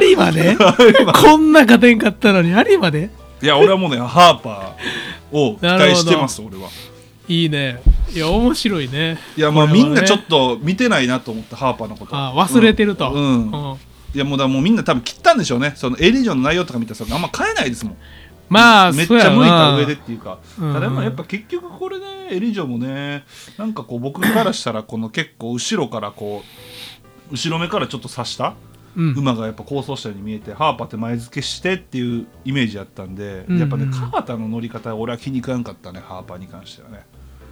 [SPEAKER 4] 有馬
[SPEAKER 3] [LAUGHS]
[SPEAKER 4] でこんな勝てんかったのに有馬で
[SPEAKER 3] いや俺はもうねハーパーを期待してます俺はい
[SPEAKER 4] いねいや面白いね
[SPEAKER 3] いやまあ
[SPEAKER 4] これ
[SPEAKER 3] み
[SPEAKER 4] はね
[SPEAKER 3] んなちょっと見てないなと思ってハーパーのこと
[SPEAKER 4] あ忘れてると、
[SPEAKER 3] うんうん
[SPEAKER 4] うん
[SPEAKER 3] いやもうだからもうみんな多分切ったんでしょうねそのエリジョンの内容とか見たらそのあんま変えないですもん
[SPEAKER 4] まあ
[SPEAKER 3] めっち
[SPEAKER 4] そうや
[SPEAKER 3] ゃ
[SPEAKER 4] ろ
[SPEAKER 3] 向いた
[SPEAKER 4] な
[SPEAKER 3] 上でっていうか
[SPEAKER 4] うん
[SPEAKER 3] ただまあやっぱ結局これねエリジョンもねなんかこう僕からしたらこの結構後ろからこう後ろ目からちょっと刺した
[SPEAKER 4] うん
[SPEAKER 3] 馬がやっぱ構想したように見えてハーパーって前付けしてっていうイメージやったんで
[SPEAKER 4] うん
[SPEAKER 3] やっぱね川田の乗り方は俺は気に食わんかったねハーパーに関してはね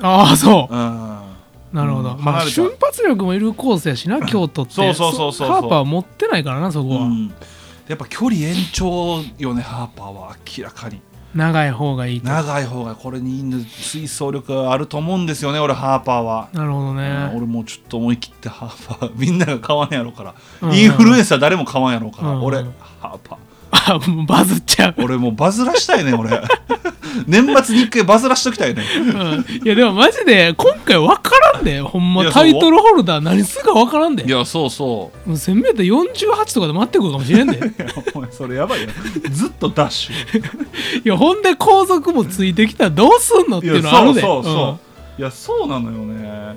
[SPEAKER 4] ああそう
[SPEAKER 3] うん
[SPEAKER 4] なるほど、
[SPEAKER 3] うん
[SPEAKER 4] まあ
[SPEAKER 3] 離れた
[SPEAKER 4] 瞬発力もいるコースやしな京都って
[SPEAKER 3] [LAUGHS] そうそうそうそうそう
[SPEAKER 4] ハーパーは持ってないからなそこは、
[SPEAKER 3] うんやっぱ距離延長よねハーパーは明らかに
[SPEAKER 4] 長い方がいいとな
[SPEAKER 3] 長い方がこれに追走力があると思うんですよね俺ハーパーは、
[SPEAKER 4] るほど
[SPEAKER 3] うん
[SPEAKER 4] ね
[SPEAKER 3] 俺もうちょっと思い切ってハーパー [LAUGHS] みんなが買わんやろから、
[SPEAKER 4] うん
[SPEAKER 3] インフルエンサー誰も買わんやろから、
[SPEAKER 4] うん
[SPEAKER 3] 俺ハーパー
[SPEAKER 4] [LAUGHS] あもうバズっちゃう、
[SPEAKER 3] 俺もうバズらしたいね俺 [LAUGHS] 年末に一回バズらしときたい
[SPEAKER 4] [LAUGHS]
[SPEAKER 3] ね
[SPEAKER 4] うん、いやでもマジで今回分からんでほん
[SPEAKER 3] い
[SPEAKER 4] ま
[SPEAKER 3] やそう
[SPEAKER 4] タイトルホルダー何するか分からんで
[SPEAKER 3] いやそうそ
[SPEAKER 4] もう 1000m48 とかで待ってくるかもしれんで [LAUGHS]
[SPEAKER 3] ういやお前それやばいよずっとダッシュ
[SPEAKER 4] いやほんで後続もついてきたらどうすんのっていうのあ
[SPEAKER 3] そ
[SPEAKER 4] る
[SPEAKER 3] う
[SPEAKER 4] で
[SPEAKER 3] そうそう、いやそうなのよね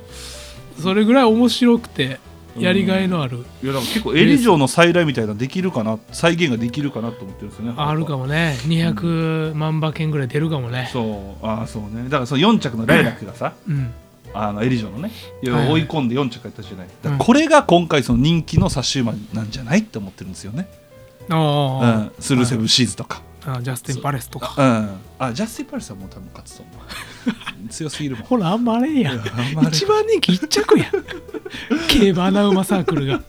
[SPEAKER 4] うんそれぐらい面白くてやりがいのある、
[SPEAKER 3] いやだから結構エリ城の再来みたいなのできるかな再現ができるかなと思ってるんですよね
[SPEAKER 4] あるか
[SPEAKER 3] も
[SPEAKER 4] もね200万馬券ぐらい出るかもね
[SPEAKER 3] そうああそうねだからその4着のライラックがさ
[SPEAKER 4] うん
[SPEAKER 3] あのエリジョのねいや
[SPEAKER 4] はいはい
[SPEAKER 3] 追い込んで4着やったじゃない、だから
[SPEAKER 4] うん
[SPEAKER 3] これが今回その人気の差し馬なんじゃないって思ってるんですよね、う
[SPEAKER 4] ああ、
[SPEAKER 3] ん、スルーセブンシーズとか、
[SPEAKER 4] あジャスティン・パレスとか。
[SPEAKER 3] うん、あジャスティン・パレスはもう多分勝つと思
[SPEAKER 4] [LAUGHS]
[SPEAKER 3] う強すぎるもん
[SPEAKER 4] ほら、あんまあれんやん
[SPEAKER 3] いやあんまあれん
[SPEAKER 4] 一番人気一着
[SPEAKER 3] [LAUGHS]
[SPEAKER 4] やん競馬アナウマサークルが。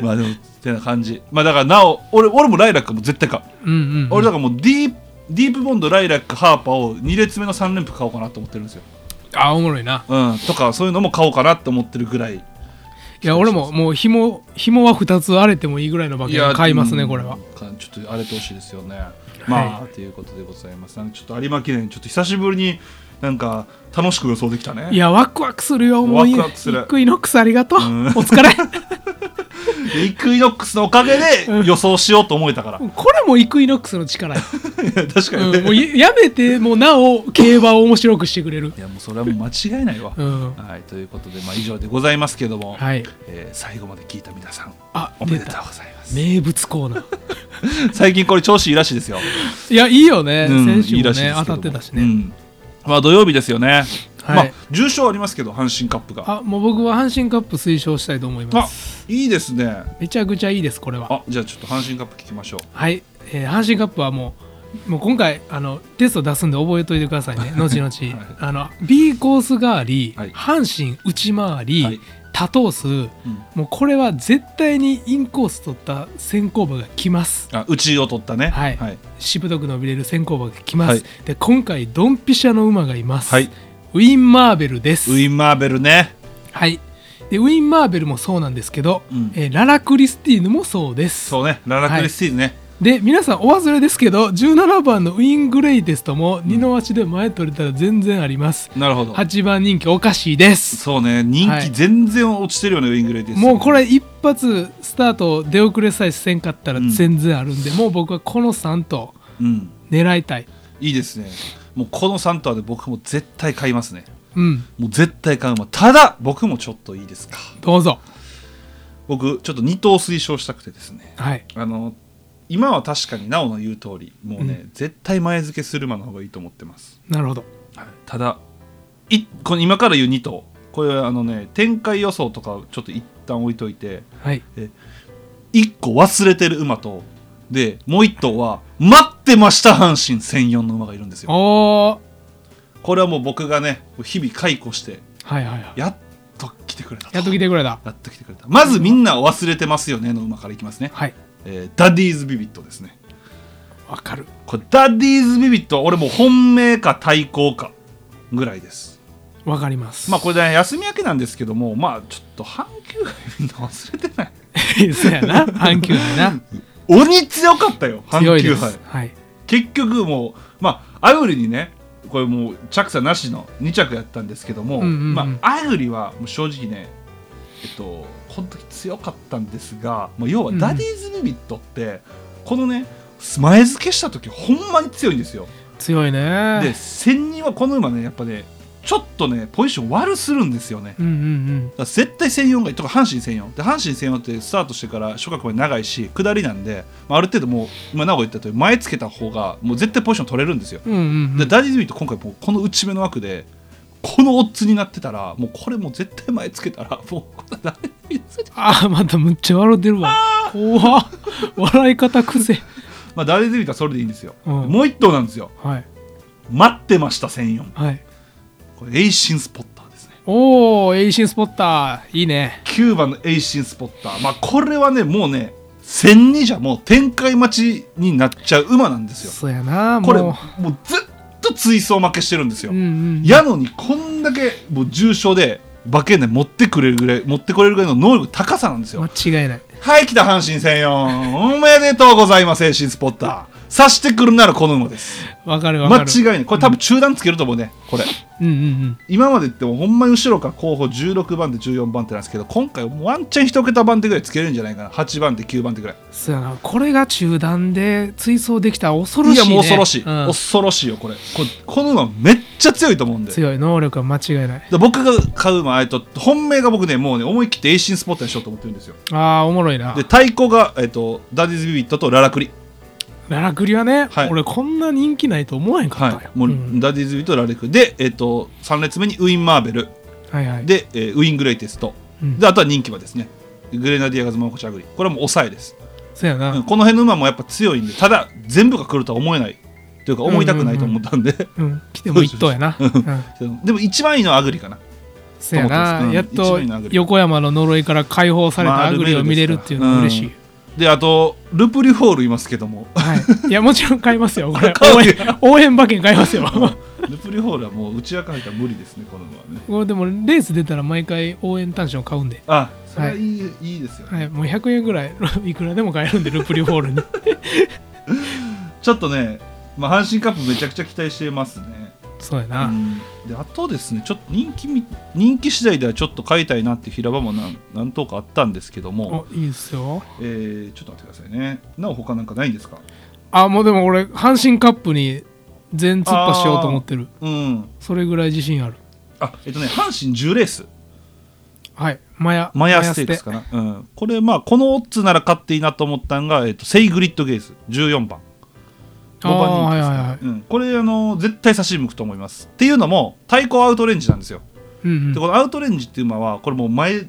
[SPEAKER 3] まあでもってな感じまあだからなお俺俺もライラックも絶対買う、
[SPEAKER 4] うんうん、うん。
[SPEAKER 3] 俺だからもうディープディープボンドライラックハーパーを2列目の3連符買おうかなと思ってるんですよ、
[SPEAKER 4] あ、おもろいな。
[SPEAKER 3] うん、とかそういうのも買おうかなって思ってるぐらい
[SPEAKER 4] いや、俺ももう紐紐は2つ荒れてもいいぐらいの馬券買いますねこれは
[SPEAKER 3] うんかちょっと荒れてほしいですよねまあ、ということでございますなんかちょっと有馬記念ちょっと久しぶりになんか楽しく予想できたね
[SPEAKER 4] いやワクワクするよもういい
[SPEAKER 3] ワクワクする
[SPEAKER 4] イクイノックスありがとう、
[SPEAKER 3] ん
[SPEAKER 4] お疲れ
[SPEAKER 3] イクイノックスのおかげで予想しようと思えたから、
[SPEAKER 4] これもイクイノックスの
[SPEAKER 3] [LAUGHS]
[SPEAKER 4] 力や、
[SPEAKER 3] いや確かにね、
[SPEAKER 4] うん、も
[SPEAKER 3] いう
[SPEAKER 4] ややめてもなお競馬を面白くしてくれる
[SPEAKER 3] やもうそれはもう間違いないわ、
[SPEAKER 4] うん
[SPEAKER 3] はいということで、まあ、以上でございますけども、
[SPEAKER 4] はい
[SPEAKER 3] えー最後まで聞いた皆さん
[SPEAKER 4] あ
[SPEAKER 3] おめ
[SPEAKER 4] 出
[SPEAKER 3] でとう
[SPEAKER 4] た
[SPEAKER 3] ございます
[SPEAKER 4] 名物コーナー
[SPEAKER 3] 最近これ調子いいらしいですよ、
[SPEAKER 4] いやいいよね、
[SPEAKER 3] うん
[SPEAKER 4] 選手
[SPEAKER 3] いい
[SPEAKER 4] も
[SPEAKER 3] らしいで
[SPEAKER 4] ね
[SPEAKER 3] す
[SPEAKER 4] 当
[SPEAKER 3] けど
[SPEAKER 4] た
[SPEAKER 3] も
[SPEAKER 4] ってたしね、
[SPEAKER 3] うんまあ土曜日ですよね、
[SPEAKER 4] はい
[SPEAKER 3] まあ重賞ありますけど阪神カップが
[SPEAKER 4] あもう僕は阪神カップ推奨したいと思いま
[SPEAKER 3] あ
[SPEAKER 4] す
[SPEAKER 3] いいですね
[SPEAKER 4] めちゃくちゃいいですこれは
[SPEAKER 3] あじゃあちょっと阪神カップ聞きましょう
[SPEAKER 4] はい、えー阪神カップはもうもう今回あのテスト出すんで覚えといてくださいね後々、あの B コースがあり、
[SPEAKER 3] はい
[SPEAKER 4] 阪神内回り、
[SPEAKER 3] はい
[SPEAKER 4] 多頭数、もうこれは絶対にインコース取った先行馬が来ます
[SPEAKER 3] あうちを取ったね
[SPEAKER 4] はい、
[SPEAKER 3] はい
[SPEAKER 4] しぶとく伸びれる先行馬が来ます、
[SPEAKER 3] はい
[SPEAKER 4] で今回ドンピシャの馬がいます、
[SPEAKER 3] はい
[SPEAKER 4] ウィン・マーベルです
[SPEAKER 3] ウィン・マーベルね
[SPEAKER 4] はい、でウィン・マーベルもそうなんですけど、
[SPEAKER 3] うん
[SPEAKER 4] えーララ・クリスティーヌもそうです
[SPEAKER 3] そうねララクリスティーズね、
[SPEAKER 4] で皆さんお忘れですけど17番のウィングレイテストも二の足で前取れたら全然あります、
[SPEAKER 3] なるほど
[SPEAKER 4] 8番人気おかしいです
[SPEAKER 3] そうね人
[SPEAKER 4] は
[SPEAKER 3] 気
[SPEAKER 4] い
[SPEAKER 3] 全然落ちてるよね、ウィングレイです
[SPEAKER 4] もうこれ一発スタート出遅れさえせんかったら
[SPEAKER 3] うん
[SPEAKER 4] 全然あるんで、もう僕はこの3と
[SPEAKER 3] うん
[SPEAKER 4] 狙いたい
[SPEAKER 3] いいですねもうこの3頭で僕も絶対買いますね
[SPEAKER 4] うん
[SPEAKER 3] もう絶対買うまただ僕もちょっといいですか
[SPEAKER 4] どうぞ
[SPEAKER 3] 僕ちょっと2頭推奨したくてですね
[SPEAKER 4] はい
[SPEAKER 3] あの今は確かになおの言う通りもうね、絶対前付けする馬の方がいいと思ってます、
[SPEAKER 4] なるほど
[SPEAKER 3] ただいこの今から言う2頭これはあのね展開予想とかちょっと一旦置いといて
[SPEAKER 4] はい
[SPEAKER 3] 1個忘れてる馬とでもう1頭は待ってました阪神専用の馬がいるんです
[SPEAKER 4] お
[SPEAKER 3] よ
[SPEAKER 4] お
[SPEAKER 3] これはもう僕がね日々解雇して
[SPEAKER 4] はいはいはい
[SPEAKER 3] やっと来てくれたと
[SPEAKER 4] やっと来てくれた
[SPEAKER 3] やっと来てくれたまずみんな忘れてますよねの馬からいきますね、
[SPEAKER 4] はい
[SPEAKER 3] えーダディーズビビットですね
[SPEAKER 4] わかる
[SPEAKER 3] これダディーズビビットは俺もう本命か対抗かぐらいです
[SPEAKER 4] わかります
[SPEAKER 3] まあこれね休み明けなんですけどもまあちょっと阪急がみんな忘れて
[SPEAKER 4] [LAUGHS]
[SPEAKER 3] ない
[SPEAKER 4] れそうやな阪急やな
[SPEAKER 3] 鬼強かったよ
[SPEAKER 4] 強
[SPEAKER 3] 阪
[SPEAKER 4] い
[SPEAKER 3] 急
[SPEAKER 4] で
[SPEAKER 3] 杯
[SPEAKER 4] すはい
[SPEAKER 3] 結局もうまあアグリにねこれもう着差なしの2着やったんですけど
[SPEAKER 4] う
[SPEAKER 3] も、
[SPEAKER 4] んうんうん
[SPEAKER 3] まあ、アグリはもう正直ねえっとこの時強かったんですが、まあ、要はダディーズビビットって、このね前付けした時ほんまに強いんですよ
[SPEAKER 4] 強いね
[SPEAKER 3] で千人はこの馬ねやっぱねちょっとねポジション悪するんですよねだか
[SPEAKER 4] うんうん
[SPEAKER 3] ら絶対専用がいいとか阪神専用で阪神専用ってスタートしてから初角まで長いし下りなんで、まあ、ある程度もう今なお言ったとおり前つけた方がもう絶対ポジション取れるんですよ、
[SPEAKER 4] うんうんうんう
[SPEAKER 3] で
[SPEAKER 4] ん
[SPEAKER 3] ダディズビーと今回もうこの内目の枠でこのオッズになってたらもうこれもう絶対前つけたら [LAUGHS] もうこれダディズビー
[SPEAKER 4] ああまたむっちゃ笑ってるわ怖っ笑い方くせ
[SPEAKER 3] まあダディズビーはそれでいいんですよ、
[SPEAKER 4] うん
[SPEAKER 3] もう一頭なんですよ
[SPEAKER 4] はい
[SPEAKER 3] 待ってました専用
[SPEAKER 4] はい
[SPEAKER 3] これエイシンスポッターですね
[SPEAKER 4] おおエイシンスポッターいいね
[SPEAKER 3] 9番のエイシンスポッター、まあ、これはねもうね千二じゃもう展開待ちになっちゃう馬なんですよ
[SPEAKER 4] そうやなもう
[SPEAKER 3] これもうずっと追走負けしてるんですよ、
[SPEAKER 4] うんうん
[SPEAKER 3] やのにこんだけもう重症で馬券で持ってくれるぐらい持ってこれるぐらいの能力高さなんですよ、
[SPEAKER 4] 間違いない
[SPEAKER 3] はい来た阪神戦よおめでとうございますエイシンスポッター刺してくるならこの馬です
[SPEAKER 4] わかるわ
[SPEAKER 3] 間
[SPEAKER 4] かる
[SPEAKER 3] 違いないこれ多分中断つけると思うねこれ
[SPEAKER 4] うんうん
[SPEAKER 3] 今までってもうほんまに後ろから候補16番で14番手なんですけど今回もうワンチャン1桁番手ぐらいつけるんじゃないかな8番手9番手ぐらい
[SPEAKER 4] うんそうやなこれが中断で追走できたら恐ろしい、
[SPEAKER 3] い
[SPEAKER 4] ね、
[SPEAKER 3] やもう恐ろし
[SPEAKER 4] う
[SPEAKER 3] い、
[SPEAKER 4] ん
[SPEAKER 3] 恐ろしいよこれこれこの馬めっちゃ強いと思うんで
[SPEAKER 4] 強い能力は間違いない
[SPEAKER 3] で僕が買う馬えっと本命が僕ねもうね思い切ってエイシンスポットにしようと思ってるんですよ
[SPEAKER 4] ああおもろいな
[SPEAKER 3] で対抗が、えっと、ダディズ・ビビットとララクリ、
[SPEAKER 4] ララクリはね、
[SPEAKER 3] はい
[SPEAKER 4] 俺こんな人気ないと思わへんかったよ、
[SPEAKER 3] はいもう
[SPEAKER 4] うん
[SPEAKER 3] ダディズ・ビビットとララクリで、えっと、3列目にウィン・マーベル
[SPEAKER 4] はいはい
[SPEAKER 3] で、えーウィン・グレイテスト
[SPEAKER 4] うん
[SPEAKER 3] であとは人気馬ですねグレナディアガズ・マンコチャグリこれはもう抑えです
[SPEAKER 4] そうやな、
[SPEAKER 3] うんこの辺の馬もやっぱ強いんでただ全部が来るとは思えないというか思いたくないと思ったんで、
[SPEAKER 4] うん、来ても一頭やな。うん、
[SPEAKER 3] [LAUGHS] でも一番いいのはアグリかな
[SPEAKER 4] せ
[SPEAKER 3] [LAUGHS]
[SPEAKER 4] やな、
[SPEAKER 3] うん
[SPEAKER 4] やっ
[SPEAKER 3] 一
[SPEAKER 4] と
[SPEAKER 3] 番いいのはアグリ
[SPEAKER 4] 横山の呪いから解放され
[SPEAKER 3] まあ
[SPEAKER 4] たアグリを見れるっていうのは嬉しい。
[SPEAKER 3] であとルプリフォールいますけども
[SPEAKER 4] はい、いやもちろん買いますよこれ
[SPEAKER 3] [LAUGHS] 買う
[SPEAKER 4] 応援応援馬券買いますよ [LAUGHS]
[SPEAKER 3] ヌプリ [LAUGHS] ホールはもう打ち明かれたら無理ですねこの馬はね
[SPEAKER 4] これでもレース出たら毎回応援単勝買うんで、
[SPEAKER 3] あそれはいい,、い、いですよ、ね
[SPEAKER 4] はい、もう100円ぐらい [LAUGHS] いくらでも買えるんでルプリホールに [LAUGHS]
[SPEAKER 3] ちょっとね、まあ、阪神カップめちゃくちゃ期待してますね
[SPEAKER 4] そうや
[SPEAKER 3] う
[SPEAKER 4] な、
[SPEAKER 3] んであとですねちょっと人気み人気次第ではちょっと買いたいなっていう平場も何何頭かあったんですけども、
[SPEAKER 4] おいいですよ
[SPEAKER 3] えーちょっと待ってくださいねなお他なんかないんですか
[SPEAKER 4] あもうでも俺阪神カップに全突破しようと思ってる
[SPEAKER 3] うん
[SPEAKER 4] それぐらい自信ある
[SPEAKER 3] あえっとね阪神10レース
[SPEAKER 4] はいマヤ
[SPEAKER 3] マヤステークス
[SPEAKER 4] マ
[SPEAKER 3] かな、うん、これまあこのオッズなら勝っていいなと思ったんが、えっと、セイグリッドゲイズ14番
[SPEAKER 4] ステ
[SPEAKER 3] 5番人
[SPEAKER 4] あー
[SPEAKER 3] 気で
[SPEAKER 4] はい
[SPEAKER 3] すね、
[SPEAKER 4] はいはい
[SPEAKER 3] うん、これあの絶対差し向くと思いますっていうのも対抗アウトレンジなんですよ、
[SPEAKER 4] うんうん
[SPEAKER 3] でこのアウトレンジっていう馬はこれもう前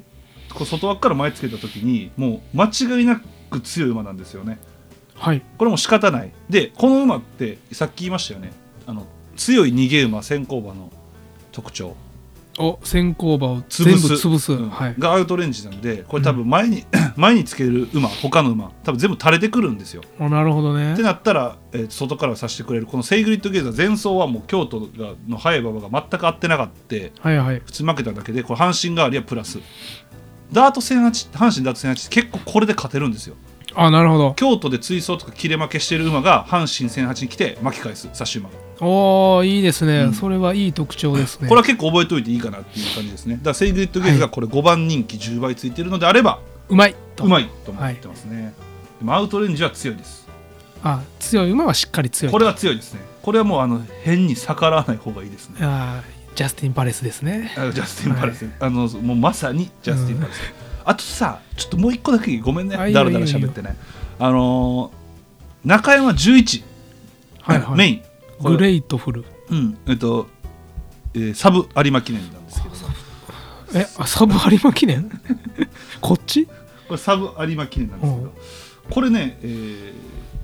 [SPEAKER 3] こう外枠から前つけた時にもう間違いなく強い馬なんですよね
[SPEAKER 4] はい
[SPEAKER 3] これも仕方ないでこの馬ってさっき言いましたよねあの強い逃げ馬先行馬の特徴
[SPEAKER 4] お先行馬を全部
[SPEAKER 3] 潰す
[SPEAKER 4] 潰す、
[SPEAKER 3] うん
[SPEAKER 4] はい
[SPEAKER 3] がアウトレンジなんでこれ多分前に、前につける馬他の馬多分全部垂れてくるんですよ
[SPEAKER 4] おなるほどね
[SPEAKER 3] ってなったら、えー外からさしてくれるこのセイグリッドゲーザー前走はもう京都がの早い馬場が全く合ってなかった
[SPEAKER 4] はいはい
[SPEAKER 3] 普通に負けただけでこれ阪神代わりはプラスダート1008阪神ダート1008結構これで勝てるんですよ
[SPEAKER 4] あなるほど
[SPEAKER 3] 京都で追走とか切れ負けしてる馬が阪神1008に来て巻き返す差し馬が
[SPEAKER 4] おーいいですね、
[SPEAKER 3] うん
[SPEAKER 4] それはいい特徴ですね
[SPEAKER 3] これは結構覚えておいていいかなっていう感じですねだからセイグリッドゲーザーがこれ5番人気10倍ついてるのであれば、
[SPEAKER 4] うまいと
[SPEAKER 3] うまいと思ってますね、でもアウトレンジは強いです
[SPEAKER 4] あ強い馬はしっかり強い
[SPEAKER 3] これは強いですねこれはもうあの変に逆らわない方がいいですね
[SPEAKER 4] あージャスティン・パレスですね
[SPEAKER 3] あのジャスティン・パレス、あのもうまさにジャスティン・パレス、あとさちょっともう一個だけごめんね
[SPEAKER 4] あいいよ
[SPEAKER 3] だらだら喋ってねあのー中山11、
[SPEAKER 4] はいはい
[SPEAKER 3] メインこれ
[SPEAKER 4] グレイトフル
[SPEAKER 3] うんえっと、えーサブ有馬記念なんですけどこ
[SPEAKER 4] えあサブ有馬記
[SPEAKER 3] [LAUGHS]
[SPEAKER 4] 念こっち
[SPEAKER 3] れサブ有馬記念なんですけどこれね、えー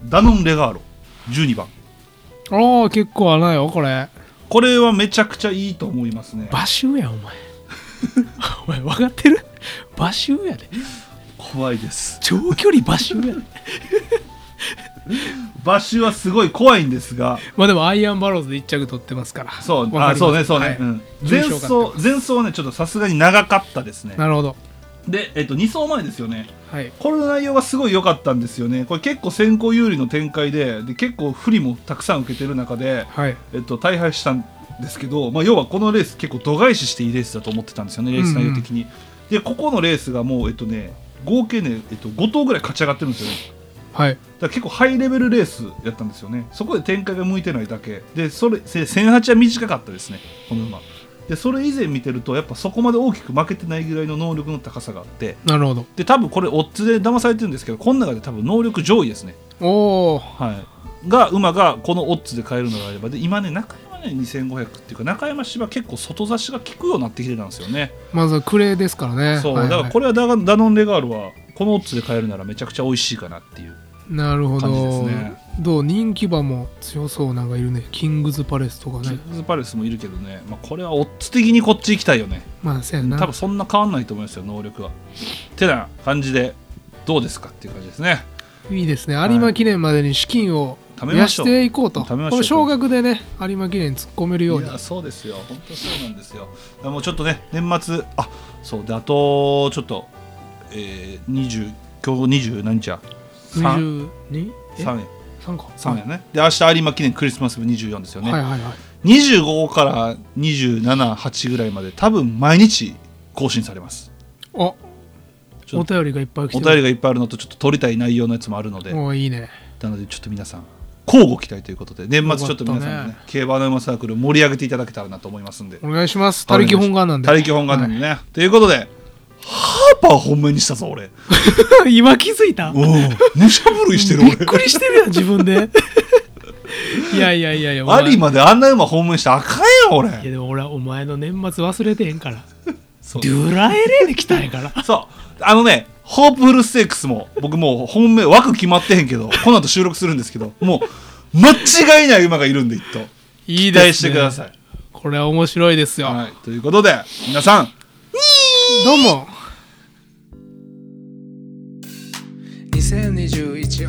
[SPEAKER 3] ダノン・レガーロ12番
[SPEAKER 4] ああ結構穴よこれ
[SPEAKER 3] これはめちゃくちゃいいと思いますね
[SPEAKER 4] 馬臭やんお
[SPEAKER 3] [LAUGHS]
[SPEAKER 4] 前お前分かってる馬臭やで
[SPEAKER 3] 怖いです
[SPEAKER 4] 長距離馬臭やで
[SPEAKER 3] 馬種はすごい怖いんですが
[SPEAKER 4] まあでもアイアンバローズで1着取ってますからわ
[SPEAKER 3] そう
[SPEAKER 4] かりま
[SPEAKER 3] あ
[SPEAKER 4] す
[SPEAKER 3] そうねそうね、
[SPEAKER 4] はい
[SPEAKER 3] うん、前
[SPEAKER 4] 重賞
[SPEAKER 3] 走
[SPEAKER 4] 勝って
[SPEAKER 3] 前走はねちょっとさすがに長かったですね
[SPEAKER 4] なるほど
[SPEAKER 3] で、えっと、2走前ですよね
[SPEAKER 4] はい
[SPEAKER 3] これの内容がすごい良かったんですよねこれ結構先行有利の展開でで結構不利もたくさん受けてる中で、
[SPEAKER 4] はい
[SPEAKER 3] えっと、大敗したんですけど、まあ、要はこのレース結構度外視していいレースだと思ってたんですよねレース内容的に、でここのレースがもうえっとね合計ね、えっと、5頭ぐらい勝ち上がってるんですよね
[SPEAKER 4] はい
[SPEAKER 3] だから結構ハイレベルレースやったんですよねそこで展開が向いてないだけでそれせ1008は短かったですねこの馬でそれ以前見てるとやっぱそこまで大きく負けてないぐらいの能力の高さがあって
[SPEAKER 4] なるほど
[SPEAKER 3] で多分これオッズで騙されてるんですけどこの中で多分能力上位ですね
[SPEAKER 4] おお
[SPEAKER 3] はいが馬がこのオッズで買えるのであればで今ね中山ね2500っていうか中山芝結構外差しが効くようになってきてたんですよね
[SPEAKER 4] まずはクレーですからね
[SPEAKER 3] そう
[SPEAKER 4] はいはい
[SPEAKER 3] だからこれはダガダノンレガールはこのオッズで買えるならめちゃくちゃ美味しいかなっていう
[SPEAKER 4] なるほど、
[SPEAKER 3] 感じですね
[SPEAKER 4] どう人気馬も強そうなんかいるねキングズパレスとか
[SPEAKER 3] キ
[SPEAKER 4] ね
[SPEAKER 3] ングズパレスもいるけどね、まあ、これはオッズ的にこっち行きたいよね
[SPEAKER 4] まあせやな
[SPEAKER 3] 多分そんな変わんないと思いますよ能力はてな感じでどうですかっていう感じですね
[SPEAKER 4] いいですね
[SPEAKER 3] い
[SPEAKER 4] 有馬記念までに資金を
[SPEAKER 3] 貯
[SPEAKER 4] 増
[SPEAKER 3] めま
[SPEAKER 4] や
[SPEAKER 3] しょ
[SPEAKER 4] し
[SPEAKER 3] う
[SPEAKER 4] ていこうと
[SPEAKER 3] 貯めまし
[SPEAKER 4] こ
[SPEAKER 3] ょう
[SPEAKER 4] れ少額でね有馬記念に突っ込めるよう
[SPEAKER 3] い
[SPEAKER 4] に
[SPEAKER 3] やそうですよ本当そうなんですよだからもうちょっとね年末あそうであとちょっとえー、20今日20何日や 3,
[SPEAKER 4] 22? え
[SPEAKER 3] 3や
[SPEAKER 4] 3か
[SPEAKER 3] 3やねで明日有馬記念クリスマス部24ですよね、
[SPEAKER 4] はいはいはい
[SPEAKER 3] 25から278ぐらいまで多分毎日更新されます
[SPEAKER 4] あ
[SPEAKER 3] ちょ
[SPEAKER 4] お
[SPEAKER 3] っと
[SPEAKER 4] 便りがいっぱい来て
[SPEAKER 3] お便りがいっぱいあるのとちょっと取りたい内容のやつもあるので
[SPEAKER 4] おーいいね
[SPEAKER 3] なのでちょっと皆さん交互期待ということで年末ちょっと皆さん
[SPEAKER 4] よ
[SPEAKER 3] で
[SPEAKER 4] か
[SPEAKER 3] ね
[SPEAKER 4] った
[SPEAKER 3] 競馬の馬サークル盛り上げていただけたらなと思いますんで
[SPEAKER 4] お願いします他力本願なんで
[SPEAKER 3] 他力本願なんでね、ということでハーパー本命にしたぞ俺
[SPEAKER 4] はい [LAUGHS] 今気づいた
[SPEAKER 3] おおむしゃぶるいしてる
[SPEAKER 4] [LAUGHS] びっ
[SPEAKER 3] 俺
[SPEAKER 4] くりしてるやん自分でいやいやいやいやお
[SPEAKER 3] ア
[SPEAKER 4] 前
[SPEAKER 3] リまであんな馬本命したらあかんや俺
[SPEAKER 4] いやでも俺はお前の年末忘れてへんから
[SPEAKER 3] そう
[SPEAKER 4] デュラエレで来たんやから
[SPEAKER 3] そうあのねホープフルステークスも僕もう本命枠決まってへんけどこの後収録するんですけどもう間違いない馬がいるんで一頭
[SPEAKER 4] いいで
[SPEAKER 3] 期
[SPEAKER 4] す、ね、
[SPEAKER 3] 待してください
[SPEAKER 4] これは面白いですよ、
[SPEAKER 3] はい、ということで皆さん
[SPEAKER 4] どうも2021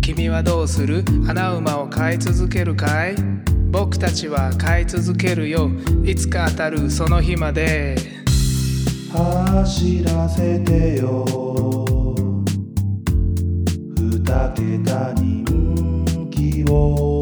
[SPEAKER 2] 君はどうする穴馬を飼い続けるかい僕たちは飼い続けるよいつか当たるその日まで
[SPEAKER 1] 走らせてよ二桁人気を